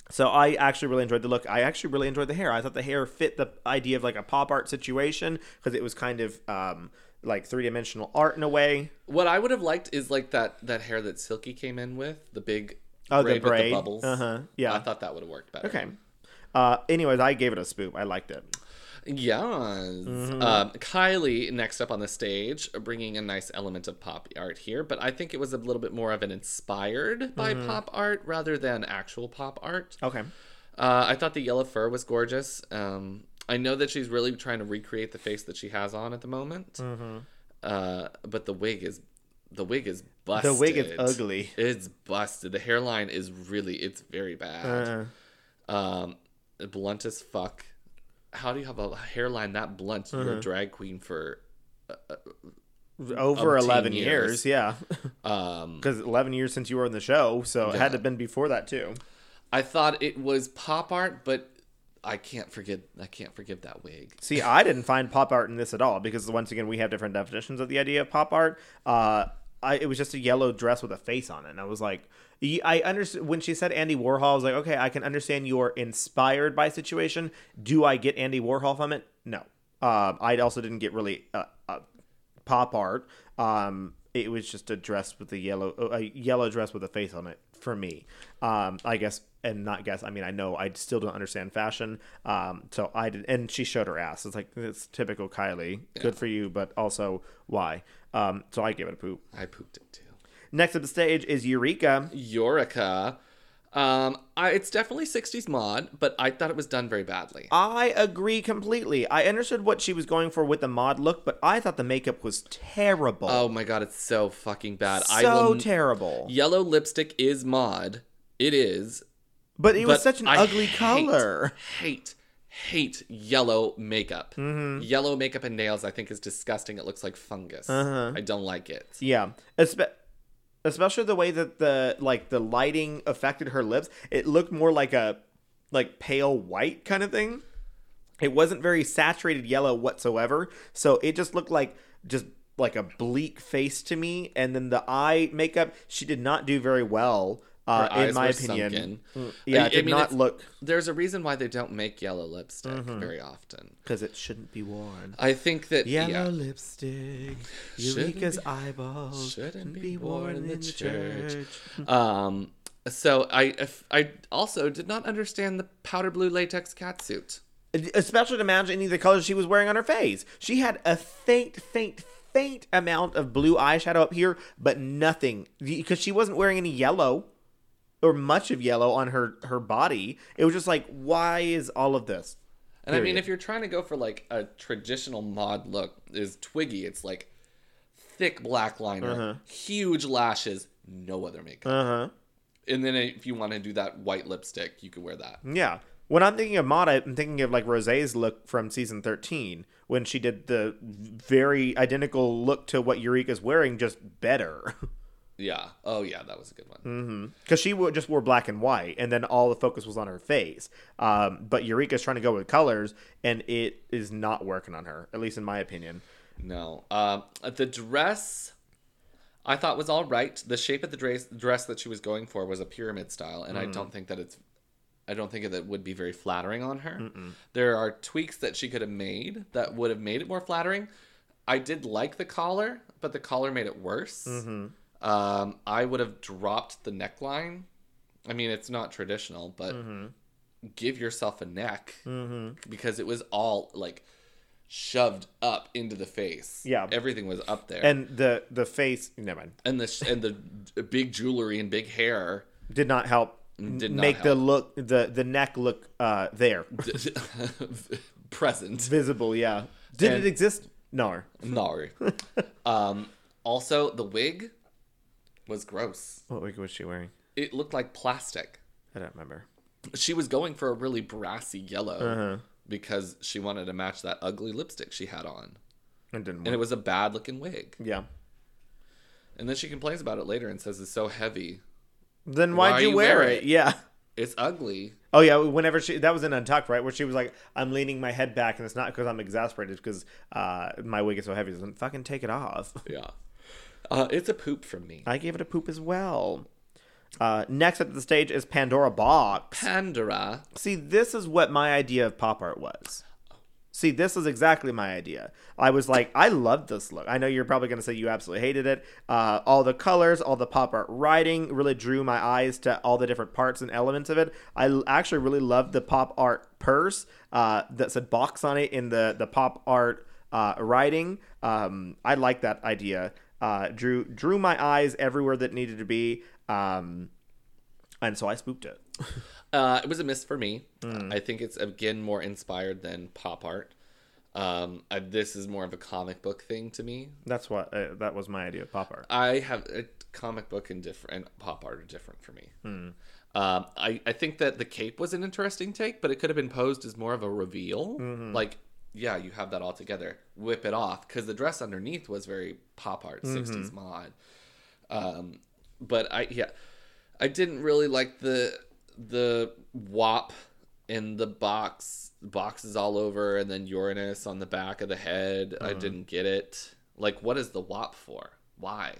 Speaker 2: so I actually really enjoyed the look. I actually really enjoyed the hair. I thought the hair fit the idea of like a pop art situation because it was kind of um, like three dimensional art in a way.
Speaker 1: What I would have liked is like that that hair that Silky came in with, the big
Speaker 2: Oh, the
Speaker 1: braid, with
Speaker 2: braid.
Speaker 1: the bubbles.
Speaker 2: Uh-huh, yeah.
Speaker 1: I thought that would have worked better.
Speaker 2: Okay. Uh, anyways, I gave it a spoop. I liked it.
Speaker 1: Yes.
Speaker 2: Mm-hmm.
Speaker 1: Um, Kylie next up on the stage, bringing a nice element of pop art here, but I think it was a little bit more of an inspired by
Speaker 2: Mm-hmm.
Speaker 1: pop art rather than actual pop art.
Speaker 2: Okay.
Speaker 1: Uh, I thought the yellow fur was gorgeous. Um, I know that she's really trying to recreate the face that she has on at the moment,
Speaker 2: Mm-hmm.
Speaker 1: uh, but the wig is the wig is busted.
Speaker 2: The wig is ugly.
Speaker 1: It's busted. The hairline is really it's very bad. Um, blunt as fuck. How do you have a hairline that blunt? You're a drag queen for
Speaker 2: Over
Speaker 1: Umpteen
Speaker 2: eleven
Speaker 1: years.
Speaker 2: years, yeah,
Speaker 1: um,
Speaker 2: because eleven years since you were on the show, so it had to have been before that too.
Speaker 1: I thought it was pop art, but I can't forget I can't forgive that wig.
Speaker 2: See, I didn't find pop art in this at all because once again, we have different definitions of the idea of pop art. Uh, I, it was just a yellow dress with a face on it, and I was like, y- I understand when she said Andy Warhol. I was like, okay, I can understand you are inspired by situation. Do I get Andy Warhol from it? No. Um, I also didn't get really uh, uh, pop art. Um, it was just a dress with a yellow a yellow dress with a face on it for me. Um, I guess and not guess. I mean, I know I still don't understand fashion. Um, so I did, and she showed her ass. It's like it's typical Kylie. Good for you, but also why? Um, so I give it a poop.
Speaker 1: I pooped it too.
Speaker 2: Next up the stage is Eureka.
Speaker 1: Eureka. Um, I, it's definitely 60s mod, but I thought it was done very badly.
Speaker 2: I agree completely. I understood what she was going for with the mod look, but I thought the makeup was terrible.
Speaker 1: Oh my god, it's so fucking bad.
Speaker 2: so
Speaker 1: I will n-
Speaker 2: terrible.
Speaker 1: Yellow lipstick is mod. It is.
Speaker 2: But it was
Speaker 1: but
Speaker 2: such an
Speaker 1: I
Speaker 2: ugly
Speaker 1: hate-
Speaker 2: color.
Speaker 1: Hate, hate yellow makeup.
Speaker 2: Mm-hmm.
Speaker 1: Yellow makeup and nails, I think, is disgusting. It looks like fungus.
Speaker 2: Uh-huh.
Speaker 1: I don't like it.
Speaker 2: Yeah, Espe- especially the way that the like the lighting affected her lips. It looked more like a like pale white kind of thing. It wasn't very saturated yellow whatsoever. So it just looked like just like a bleak face to me. And then the eye makeup, she did not do very well. Uh,
Speaker 1: Her
Speaker 2: in
Speaker 1: eyes
Speaker 2: my
Speaker 1: were
Speaker 2: opinion,
Speaker 1: sunken.
Speaker 2: Mm, yeah,
Speaker 1: I-
Speaker 2: it
Speaker 1: I
Speaker 2: did
Speaker 1: mean,
Speaker 2: not
Speaker 1: it's-
Speaker 2: look
Speaker 1: There's a reason why they don't make yellow lipstick
Speaker 2: Mm-hmm.
Speaker 1: very often.
Speaker 2: because it shouldn't be worn.
Speaker 1: I think that
Speaker 2: Yellow
Speaker 1: yeah,
Speaker 2: lipstick,
Speaker 1: Shouldn't
Speaker 2: Eureka's
Speaker 1: be-
Speaker 2: eyeballs
Speaker 1: shouldn't be
Speaker 2: worn in the, church.
Speaker 1: Um, so I if- I also did not understand the powder blue latex catsuit.
Speaker 2: especially to match any of the colors she was wearing on her face. She had a faint, faint, faint amount of blue eyeshadow up here, but nothing because she wasn't wearing any yellow or much of yellow on her her body. It was just like, why is all of this?
Speaker 1: And I mean,
Speaker 2: Period.
Speaker 1: if you're trying to go for like a traditional mod look, is Twiggy? It's like thick black liner, huge lashes, no other makeup.
Speaker 2: Uh huh.
Speaker 1: And then if you want to do that white lipstick, you could wear that.
Speaker 2: Yeah. When I'm thinking of Maude, I'm thinking of like Rosé's look from season 13 when she did the very identical look to what Eureka's wearing, just better.
Speaker 1: Yeah. Oh yeah, that was a good one.
Speaker 2: because she wo- just wore black and white, and then all the focus was on her face. Um, but Eureka's trying to go with colors, and it is not working on her, at least in my opinion.
Speaker 1: No. Um, the dress I thought was all right. The shape of the dress, dress that she was going for was a pyramid style, and I don't think that it's. I don't think that would be very flattering on her. There are tweaks that she could have made that would have made it more flattering. I did like the collar, but the collar made it worse. Um, I would have dropped the neckline. I mean, it's not traditional, Mm-hmm. but give yourself a neck because it was all like shoved up into the face.
Speaker 2: Yeah.
Speaker 1: everything was up there, and,
Speaker 2: And the the face, never mind,
Speaker 1: the sh- and the big jewelry and big hair.
Speaker 2: did not help
Speaker 1: Did not
Speaker 2: make the
Speaker 1: help.
Speaker 2: look the the neck look uh there
Speaker 1: present.
Speaker 2: visible. Yeah, did
Speaker 1: And-
Speaker 2: it exist? No.
Speaker 1: No. um, also, the wig was gross.
Speaker 2: What wig was she wearing?
Speaker 1: It looked like plastic.
Speaker 2: I don't remember.
Speaker 1: She was going for a really brassy yellow because she wanted to match that ugly lipstick she had on.
Speaker 2: It didn't.
Speaker 1: And
Speaker 2: Work.
Speaker 1: it was a bad looking wig.
Speaker 2: yeah.
Speaker 1: And then she complains about it later and says it's so heavy.
Speaker 2: Then
Speaker 1: Why
Speaker 2: why'd
Speaker 1: are
Speaker 2: you,
Speaker 1: you
Speaker 2: wear
Speaker 1: wearing
Speaker 2: it?
Speaker 1: it?
Speaker 2: Yeah.
Speaker 1: It's ugly.
Speaker 2: Oh yeah. Whenever she that was in Untucked, right, where she was like, "I'm leaning my head back, and it's not because I'm exasperated, it's because uh, my wig is so heavy. Doesn't fucking take it off."
Speaker 1: Yeah. Uh, it's a poop from me.
Speaker 2: I gave it a poop as well. Uh, next up to the stage is Pandora Box.
Speaker 1: Pandora.
Speaker 2: See, this is what my idea of pop art was. See, this is exactly my idea. I was like, I love this look. I know you're probably going to say you absolutely hated it. Uh, all the colors, all the pop art writing really drew my eyes to all the different parts and elements of it. I l- actually really loved the pop art purse uh, that said box on it in the, the pop art uh, writing. Um, I like that idea. Uh, drew drew my eyes everywhere that needed to be, um, and so I spooked it.
Speaker 1: Uh, it was a miss for me. I think it's again more inspired than pop art. Um, I, this is more of a comic book thing to me.
Speaker 2: That's what uh, that was my idea of pop art.
Speaker 1: I have a comic book and different and pop art are different for me. Um, I I think that the cape was an interesting take, but it could have been posed as more of a reveal. Like, yeah, you have that all together. Whip it off because the dress underneath was very pop art, 60s mod. Um, but I yeah, I didn't really like the the wop in the box boxes all over and then Uranus on the back of the head.
Speaker 2: Uh-huh.
Speaker 1: I didn't get it. Like what is the wop for? Why?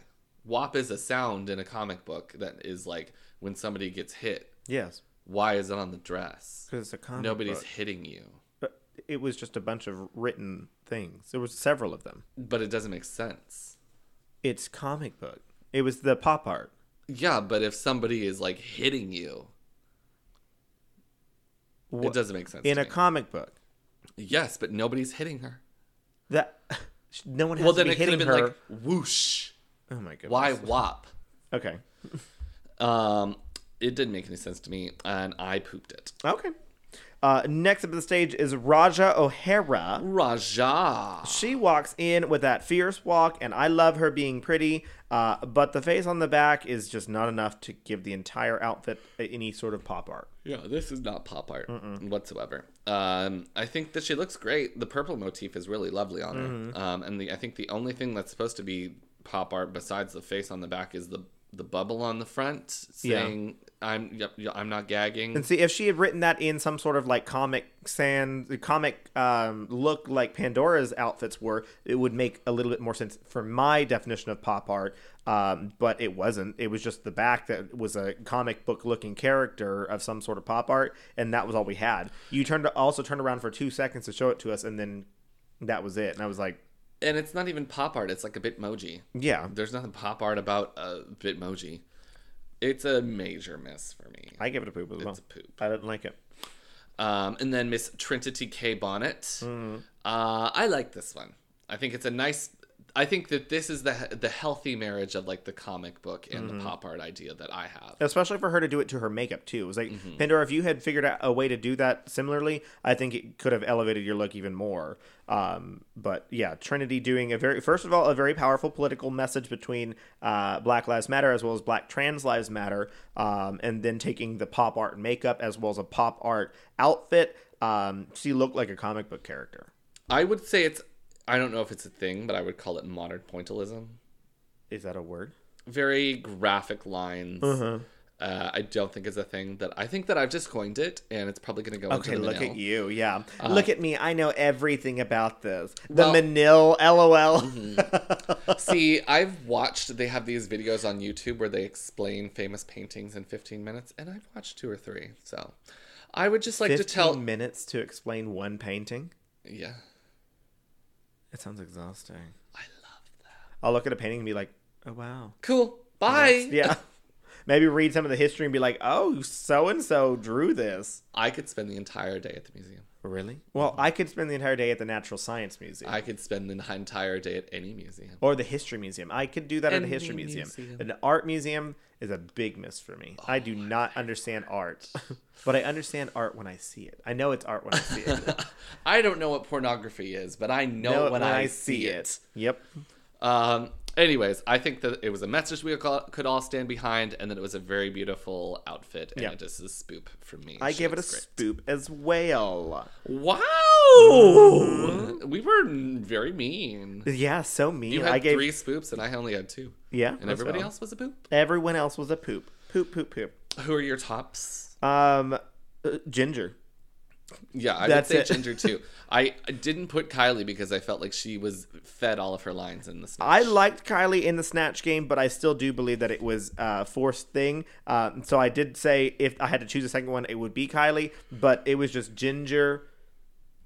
Speaker 1: Wop is a sound in a comic book that is like when somebody gets hit.
Speaker 2: Yes,
Speaker 1: Why is it on the dress?
Speaker 2: because it's a comic
Speaker 1: Nobody's
Speaker 2: book.
Speaker 1: hitting you.
Speaker 2: But it was just a bunch of written things. There was several of them.
Speaker 1: But it doesn't make sense.
Speaker 2: It's comic book. It was the pop art.
Speaker 1: Yeah, but if somebody is like hitting you,
Speaker 2: Wha-
Speaker 1: it doesn't make sense.
Speaker 2: in
Speaker 1: to
Speaker 2: a
Speaker 1: me.
Speaker 2: comic book.
Speaker 1: yes, but nobody's hitting her.
Speaker 2: That no one has
Speaker 1: Well,
Speaker 2: to
Speaker 1: then
Speaker 2: be
Speaker 1: it could have
Speaker 2: hitting
Speaker 1: been
Speaker 2: her.
Speaker 1: like whoosh.
Speaker 2: oh my goodness.
Speaker 1: Why wop?
Speaker 2: Okay.
Speaker 1: Um, it didn't make any sense to me, and I pooped it.
Speaker 2: Okay. Uh, next up on the stage is Raja O'Hara.
Speaker 1: Raja.
Speaker 2: She walks in with that fierce walk, and I love her being pretty, uh, but the face on the back is just not enough to give the entire outfit any sort of pop art.
Speaker 1: Yeah, this is not pop art whatsoever. Um, I think that she looks great. The purple motif is really lovely on her. Um, and the I think the only thing that's supposed to be pop art besides the face on the back is the the bubble on the front
Speaker 2: Yeah.
Speaker 1: saying I'm yep, yep, I'm not gagging.
Speaker 2: And see, if she had written that in some sort of like comic sans comic um, look like Pandora's outfits were, it would make a little bit more sense for my definition of pop art. Um, but it wasn't. It was just the back that was a comic book looking character of some sort of pop art, and that was all we had. You turned also turned around for two seconds to show it to us, and then that was it. And I was like,
Speaker 1: And it's not even pop art. It's like a bitmoji.
Speaker 2: yeah,
Speaker 1: There's nothing pop art about a bitmoji. It's a major miss for me.
Speaker 2: I give it a poop as well.
Speaker 1: It's a poop.
Speaker 2: I didn't like it.
Speaker 1: Um, and then Miss Trinity K. Bonnet.
Speaker 2: Mm-hmm.
Speaker 1: Uh, I like this one. I think it's a nice. I think that this is the the healthy marriage of like the comic book and
Speaker 2: Mm-hmm.
Speaker 1: the pop art idea that I have.
Speaker 2: especially for her to do it to her makeup too. It was like Pandora, if you had figured out a way to do that similarly, I think it could have elevated your look even more. Um, but yeah, Trinity doing a very first of all a very powerful political message between uh, Black Lives Matter as well as Black Trans Lives Matter, um, and then taking the pop art and makeup as well as a pop art outfit. Um, she looked like a comic book character.
Speaker 1: I would say it's. I don't know if it's a thing, but I would call it modern pointillism.
Speaker 2: Is that a word?
Speaker 1: Very graphic lines.
Speaker 2: Mm-hmm.
Speaker 1: Uh, I don't think it's a thing that I think that I've just coined it, and it's probably going to go
Speaker 2: Okay,
Speaker 1: into the
Speaker 2: look
Speaker 1: mail.
Speaker 2: at Uh, you. Yeah, look at me. I know everything about this. The
Speaker 1: Well-
Speaker 2: Manil, lol.
Speaker 1: See, I've watched. They have these videos on YouTube where they explain famous paintings in 15 minutes, and I've watched two or three. So, I would just like to
Speaker 2: 15
Speaker 1: tell.
Speaker 2: minutes to explain one painting?
Speaker 1: Yeah,
Speaker 2: It sounds exhausting. I love that. I'll look at a painting and be like, oh, wow.
Speaker 1: cool. Bye.
Speaker 2: Yeah. Maybe read some of the history and be like, oh, so and so drew this.
Speaker 1: I could spend the entire day at the museum.
Speaker 2: Really? Well, I could spend the entire day at the Natural Science Museum.
Speaker 1: I could spend an entire day at any museum.
Speaker 2: or the history museum. I could do that at the
Speaker 1: Any
Speaker 2: history museum.
Speaker 1: museum. Oh,
Speaker 2: An art museum is a big miss for me. I do not understand art, but I understand art when I see it. I know it's art when I see it.
Speaker 1: I don't know what pornography is, but I know,
Speaker 2: know
Speaker 1: it when, I, see it.
Speaker 2: Yep.
Speaker 1: Um, anyways, I think that it was a message we all- could all stand behind, and that it was a very beautiful outfit, and
Speaker 2: Yeah.
Speaker 1: it is a spoop for me.
Speaker 2: I
Speaker 1: She
Speaker 2: gave it a
Speaker 1: looks great.
Speaker 2: spoop as well.
Speaker 1: Wow! We were very mean.
Speaker 2: Yeah, so mean.
Speaker 1: You had
Speaker 2: I gave
Speaker 1: three spoops, and I only had two.
Speaker 2: yeah,
Speaker 1: And everybody
Speaker 2: so.
Speaker 1: else was a boop.
Speaker 2: Everyone else was a poop. Poop, poop, poop.
Speaker 1: Who are your tops?
Speaker 2: Um, uh, ginger.
Speaker 1: Yeah, I
Speaker 2: That's
Speaker 1: would say
Speaker 2: it.
Speaker 1: Ginger too. I I didn't put Kylie because I felt like she was fed all of her lines in the snatch.
Speaker 2: I liked Kylie in the snatch game, but I still do believe that it was a forced thing. Um, so I did say if I had to choose a second one, it would be Kylie, but it was just Ginger,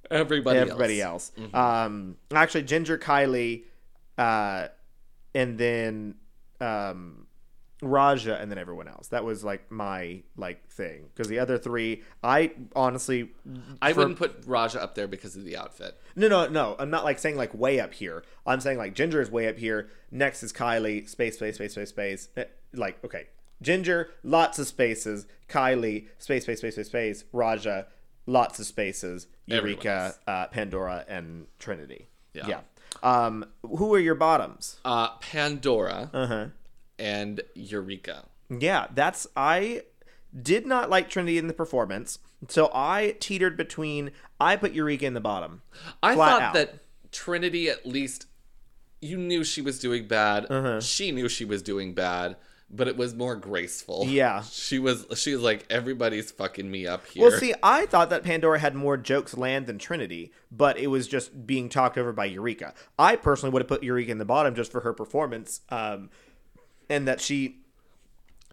Speaker 1: everybody,
Speaker 2: everybody
Speaker 1: else. Mm-hmm.
Speaker 2: else. Um, actually, Ginger, Kylie, uh, and then um, Raja, and then everyone else. That was like my like thing because the other three, I honestly,
Speaker 1: I wouldn't put Raja up there because of the outfit.
Speaker 2: no, no, no. I'm not like saying like way up here. I'm saying like Ginger is way up here. Next is Kylie. Space, space, space, space, space. Eh, Like okay, Ginger, lots of spaces. Kylie, space, space, space, space, space. Raja, lots of spaces. Eureka, uh, Pandora, and Trinity.
Speaker 1: Yeah.
Speaker 2: yeah. Um, who are your bottoms?
Speaker 1: Uh, Pandora
Speaker 2: Uh-huh.
Speaker 1: and Eureka.
Speaker 2: Yeah, that's I did not like Trinity in the performance, so I teetered between. I put Eureka in the bottom.
Speaker 1: I
Speaker 2: Flat
Speaker 1: thought
Speaker 2: out.
Speaker 1: that Trinity at least you knew she was doing bad.
Speaker 2: Uh-huh.
Speaker 1: She knew she was doing bad, but it was more graceful.
Speaker 2: Yeah.
Speaker 1: she was. She was like everybody's fucking me up here.
Speaker 2: Well, see, I thought that Pandora had more jokes land than Trinity, but it was just being talked over by Eureka. I personally would have put Eureka in the bottom just for her performance, um, and that she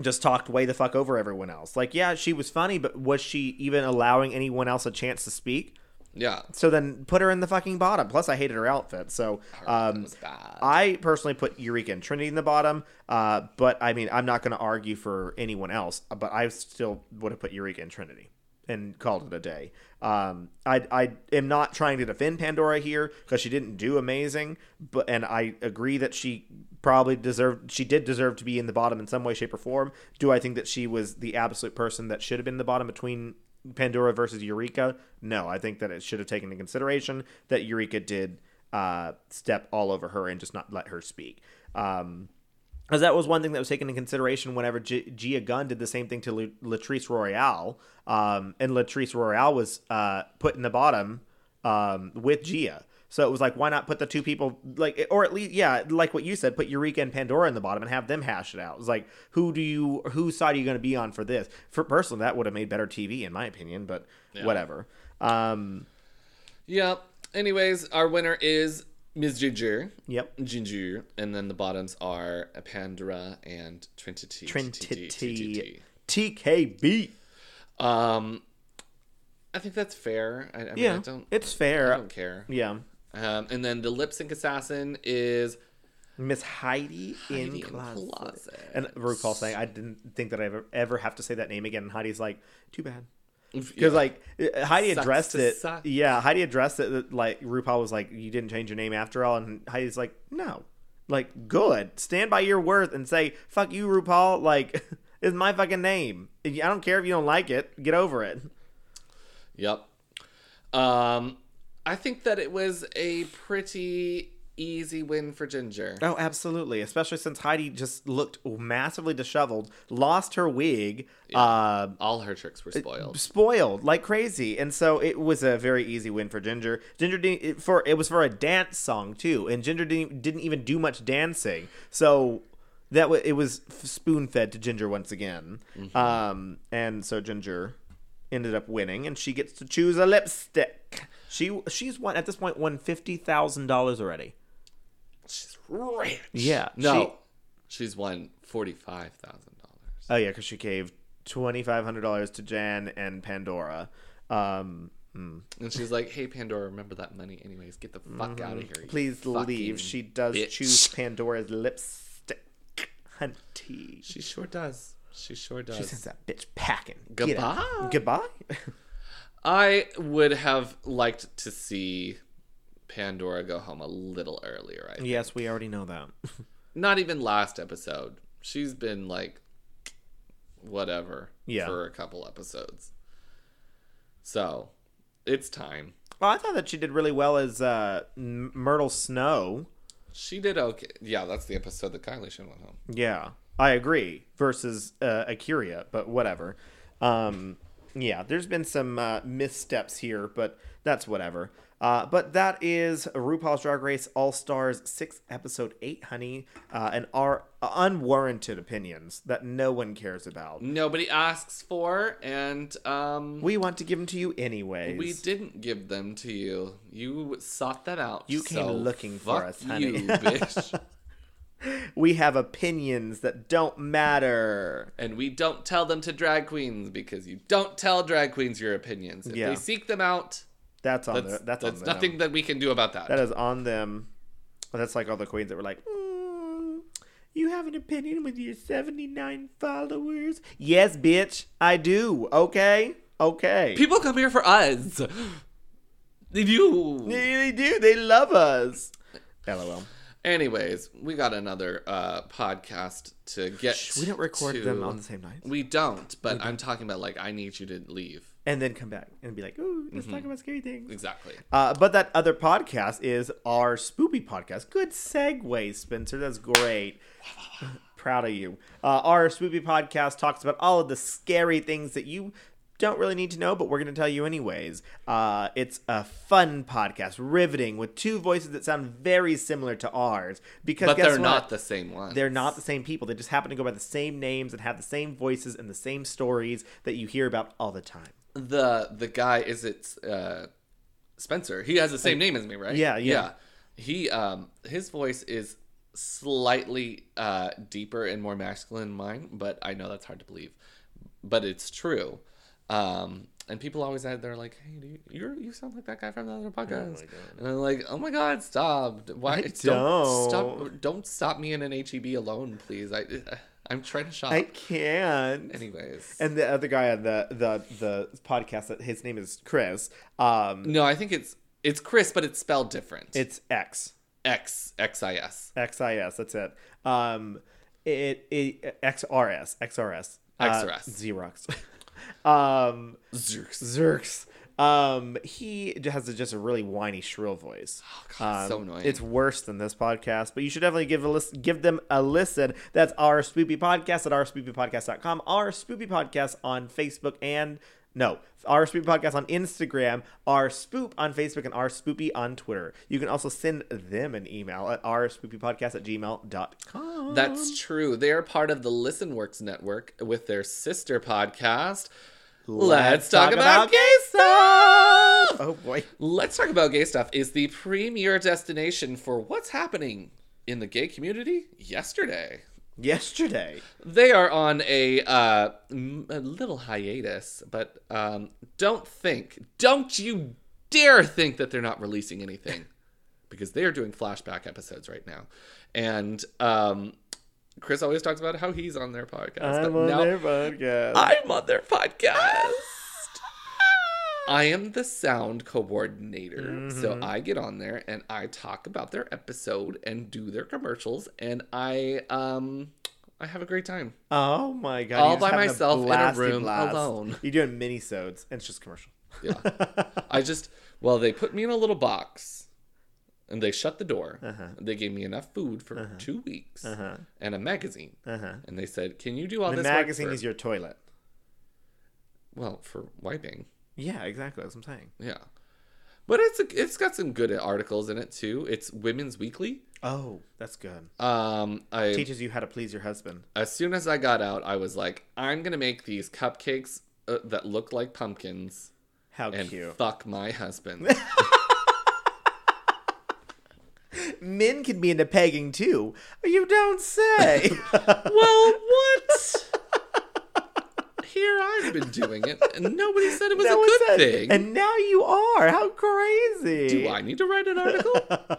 Speaker 2: just talked way the fuck over everyone else. Like, yeah, she was funny, but was she even allowing anyone else a chance to speak?
Speaker 1: yeah,
Speaker 2: So then put her in the fucking bottom. Plus, I hated her outfit. So
Speaker 1: it
Speaker 2: um,
Speaker 1: was bad.
Speaker 2: I personally put Eureka and Trinity in the bottom, uh, but I mean, I'm not going to argue for anyone else, but I still would have put Eureka and Trinity and called it a day. Um, I, I am not trying to defend Pandora here because she didn't do amazing, but and I agree that she probably deserved, she did deserve to be in the bottom in some way, shape, or form. Do I think that she was the absolute person that should have been in the bottom between Pandora versus Eureka? No, I think that it should have taken into consideration that Eureka did uh, step all over her and just not let her speak. Um, because that was one thing that was taken into consideration whenever G- Gia Gunn did the same thing to Lu- Latrice Royale, um, and Latrice Royale was uh, put in the bottom um, with Gia. So it was like, why not put the two people like, or at least, yeah, like what you said, put Eureka and Pandora in the bottom and have them hash it out. It was like, who do you, whose side are you going to be on for this? For personally, that would have made better TV in my opinion, but whatever. Um,
Speaker 1: yeah. Anyways, our winner is Ms. Ginger.
Speaker 2: yep.
Speaker 1: Ginger, and then the bottoms are Pandora and Trinity.
Speaker 2: Trentity TKB.
Speaker 1: Um, I think that's fair. I, I mean, I
Speaker 2: Yeah,
Speaker 1: don't,
Speaker 2: it's
Speaker 1: I
Speaker 2: fair.
Speaker 1: don't care.
Speaker 2: Yeah.
Speaker 1: Um, and then the lip sync assassin is
Speaker 2: Miss Heidi, in
Speaker 1: Heidi in
Speaker 2: closet.
Speaker 1: Closet.
Speaker 2: And RuPaul saying, I didn't think that I ever, ever have to say that name again. And Heidi's like, too bad. Because, like, uh, Heidi
Speaker 1: Sucks
Speaker 2: addressed
Speaker 1: to
Speaker 2: it.
Speaker 1: suck.
Speaker 2: Yeah, Heidi addressed it. that, Like, RuPaul was like, you didn't change your name after all. And Heidi's like, no. Like, good. Stand by your worth and say, fuck you, RuPaul. Like, it's my fucking name. I don't care if you don't like it. Get over it.
Speaker 1: Yep. Um, I think that it was a pretty easy win for Ginger.
Speaker 2: Oh, absolutely. Especially since Heidi just looked massively disheveled, lost her wig. Uh,
Speaker 1: All her tricks were spoiled.
Speaker 2: spoiled like crazy and so it was a very easy win for ginger ginger didn't it, for it was for a dance song too and ginger didn't, didn't even do much dancing so that w- it was spoon fed to ginger once again um and so ginger ended up winning and she gets to choose a lipstick she she's won at this point won fifty thousand dollars already
Speaker 1: She's rich.
Speaker 2: Yeah,
Speaker 1: No, she's won forty five thousand dollars.
Speaker 2: oh yeah because she gave twenty five hundred dollars to jan and pandora um
Speaker 1: And she's like, "Hey Pandora, remember that money? Anyways, get the fuck out of here. you
Speaker 2: Please
Speaker 1: fucking
Speaker 2: leave. She does
Speaker 1: bitch."
Speaker 2: choose Pandora's lipstick. Hunty.
Speaker 1: She
Speaker 2: She
Speaker 1: sure does. She sure does.
Speaker 2: sends that bitch packing. Get
Speaker 1: Goodbye.
Speaker 2: out. Goodbye.
Speaker 1: I would have liked to see Pandora go home a little earlier. I think.
Speaker 2: Yes, we already know that.
Speaker 1: Not even last episode. She's been like whatever
Speaker 2: Yeah.
Speaker 1: for a couple episodes. So, it's time.
Speaker 2: well, I thought that she did really well as uh, M- Myrtle Snow.
Speaker 1: She did okay. Yeah, that's the episode that Kylie Shin went home.
Speaker 2: Yeah, I agree. Versus uh, Akiria, but whatever. Um, yeah, there's been some uh, missteps here, but that's whatever. Uh, but that is RuPaul's Drag Race All Stars six episode eight, honey, uh, and our unwarranted opinions that no one cares about.
Speaker 1: Nobody asks for, and um,
Speaker 2: We want to give them to you anyways.
Speaker 1: we didn't give them to you. You sought that out.
Speaker 2: You came
Speaker 1: so
Speaker 2: looking for
Speaker 1: fuck
Speaker 2: us, honey.
Speaker 1: You, bitch.
Speaker 2: we have opinions that don't matter.
Speaker 1: and we don't tell them to drag queens because you don't tell drag queens your opinions. If
Speaker 2: Yeah.
Speaker 1: they seek them out,
Speaker 2: That's on
Speaker 1: that's,
Speaker 2: the,
Speaker 1: that's,
Speaker 2: that's on them.
Speaker 1: nothing that we can do about that.
Speaker 2: That is on them. That's like all the queens that were like, mm, "You have an opinion with your seventy-nine followers?" Yes, bitch, I do. Okay, okay.
Speaker 1: People come here for us. If you.
Speaker 2: they, they do. They love us. LOL.
Speaker 1: Anyways, we got another uh, podcast to get.
Speaker 2: We don't record
Speaker 1: to-
Speaker 2: them on the same night,
Speaker 1: We don't, but I'm talking about like I need you to leave.
Speaker 2: and then come back and be like, "Ooh, let's talk about scary things."
Speaker 1: Exactly.
Speaker 2: Uh, but that other podcast is our Spoopy podcast. Good segue, Spencer. That's great. Proud of you. Uh, our Spoopy podcast talks about all of the scary things that you don't really need to know, but we're going to tell you anyways. Uh, it's a fun podcast, riveting, with two voices that sound very similar to ours. Because
Speaker 1: But
Speaker 2: guess
Speaker 1: they're
Speaker 2: what?
Speaker 1: not the same one.
Speaker 2: They're not the same people. They just happen to go by the same names and have the same voices and the same stories that you hear about all the time.
Speaker 1: the the guy is it's uh Spencer. He has the same name as me, right?
Speaker 2: Uh, Yeah, yeah.
Speaker 1: He um his voice is slightly uh deeper and more masculine than mine, but I know that's hard to believe. But it's true. Um and people always add, they're like, "Hey, do you you're, you sound like that guy from the
Speaker 2: Oh
Speaker 1: other podcast?" and I'm like, "Oh my god, stop! Why stop?
Speaker 2: don't.
Speaker 1: Don't stop me in an HEB alone, please. I, I'm trying to shop."
Speaker 2: I can't.
Speaker 1: Anyways,
Speaker 2: And the other guy on the the the podcast that his name is Chris. Um,
Speaker 1: no, I think it's it's Chris, but it's spelled different.
Speaker 2: it's X
Speaker 1: X X I S
Speaker 2: X I S. That's it. Um, it, it X R S X R S uh,
Speaker 1: XRS.
Speaker 2: Xerox. um, Xerx. Um, he has a, just a really whiny, shrill voice.
Speaker 1: God,
Speaker 2: Um,
Speaker 1: so annoying.
Speaker 2: It's worse than this podcast, but you should definitely give a list, give them a listen. That's our Spoopy Podcast at ourspoopypodcast.com, our Spoopy Podcast on Facebook and no, our Spoopy Podcast on Instagram, our Spoop on Facebook, and our Spoopy on Twitter. You can also send them an email at ourspoopypodcast at gmail.com.
Speaker 1: That's true. They are part of the ListenWorks network with their sister podcast. Let's, talk, about, gay stuff.
Speaker 2: Oh boy.
Speaker 1: Let's talk about gay stuff is the premier destination for what's happening in the gay community yesterday.
Speaker 2: Yesterday.
Speaker 1: They are on a, uh, m- a little hiatus, but um, don't think, don't you dare think that they're not releasing anything because they are doing flashback episodes right now. And um, Chris always talks about how he's on their podcast.
Speaker 2: I'm
Speaker 1: but
Speaker 2: on
Speaker 1: now
Speaker 2: their podcast.
Speaker 1: I'm on their podcast. I am the sound coordinator.
Speaker 2: Mm-hmm.
Speaker 1: So I get on there and I talk about their episode and do their commercials and I um I have a great time.
Speaker 2: Oh my god!
Speaker 1: All
Speaker 2: you're just
Speaker 1: by
Speaker 2: having
Speaker 1: myself in a
Speaker 2: blasty
Speaker 1: room alone.
Speaker 2: You're doing mini sodes, and it's just commercial.
Speaker 1: Yeah. I just well, they put me in a little box and they shut the door.
Speaker 2: Uh-huh.
Speaker 1: They gave me enough food for 2 weeks and a magazine.
Speaker 2: Uh-huh.
Speaker 1: And they said, "Can you do all
Speaker 2: The
Speaker 1: this
Speaker 2: magazine
Speaker 1: work for,
Speaker 2: is your toilet.
Speaker 1: well, for wiping."
Speaker 2: Yeah, exactly. That's what I'm saying.
Speaker 1: Yeah. But it's a, it's got some good articles in it too. It's Women's Weekly.
Speaker 2: Oh, that's good.
Speaker 1: Um, I
Speaker 2: Teaches you how to please your husband.
Speaker 1: as soon as I got out, I was like, I'm gonna make these cupcakes uh, that look like pumpkins
Speaker 2: How
Speaker 1: and
Speaker 2: cute.
Speaker 1: fuck my husband.
Speaker 2: Men can be into pegging too. You don't say.
Speaker 1: well, what? Here I've been doing it, and nobody said it was
Speaker 2: No
Speaker 1: a
Speaker 2: one
Speaker 1: good
Speaker 2: said-
Speaker 1: thing.
Speaker 2: And now you are. How crazy.
Speaker 1: Do I need to write an article?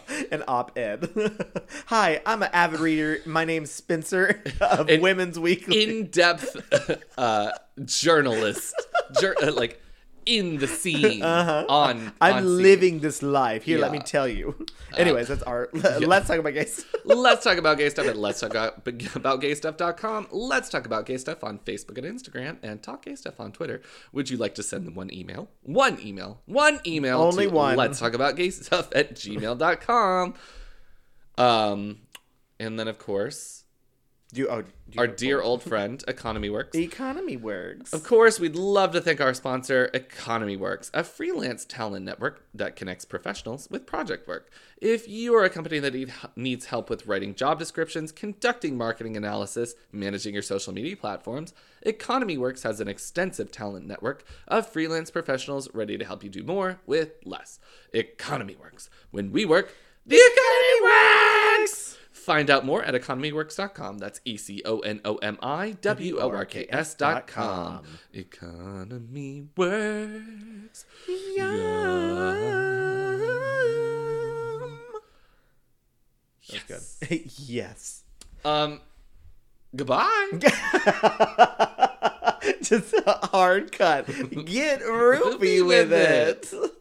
Speaker 2: An op-ed. Hi, I'm an avid reader. My name's Spencer of
Speaker 1: In-
Speaker 2: Women's Weekly.
Speaker 1: In depth uh, journalist, Jour- uh, like in the scene on.
Speaker 2: Uh-huh. I'm
Speaker 1: on scene.
Speaker 2: living this life. Here, let me
Speaker 1: Yeah. Uh,
Speaker 2: tell you. Anyways, that's art. Let's talk about gays.
Speaker 1: Let's talk about gay stuff at let's talk about, about gaystuff.com. Let's talk about gay stuff on Facebook and Instagram and talk gay stuff on Twitter. Would you like to send them one email? One email. One email.
Speaker 2: Only
Speaker 1: to
Speaker 2: one.
Speaker 1: Let's talk about gay stuff at gmail.com. Um, and then, of course,
Speaker 2: Do you, oh, do you
Speaker 1: our dear old friend, Economy Works.
Speaker 2: the economy works.
Speaker 1: Of course, we'd love to thank our sponsor, Economy Works, a freelance talent network that connects professionals with project work. If you are a company that need, needs help with writing job descriptions, conducting marketing analysis, managing your social media platforms, Economy Works has an extensive talent network of freelance professionals ready to help you do more with less. Economy Works. When we work, the economy works! Find out more at economyworks.com. That's E C O N O M I W O R K S dot com. Economy works. Yum. Yes.
Speaker 2: Good. yes.
Speaker 1: Um. Goodbye.
Speaker 2: Just a hard cut. Get roofy with it.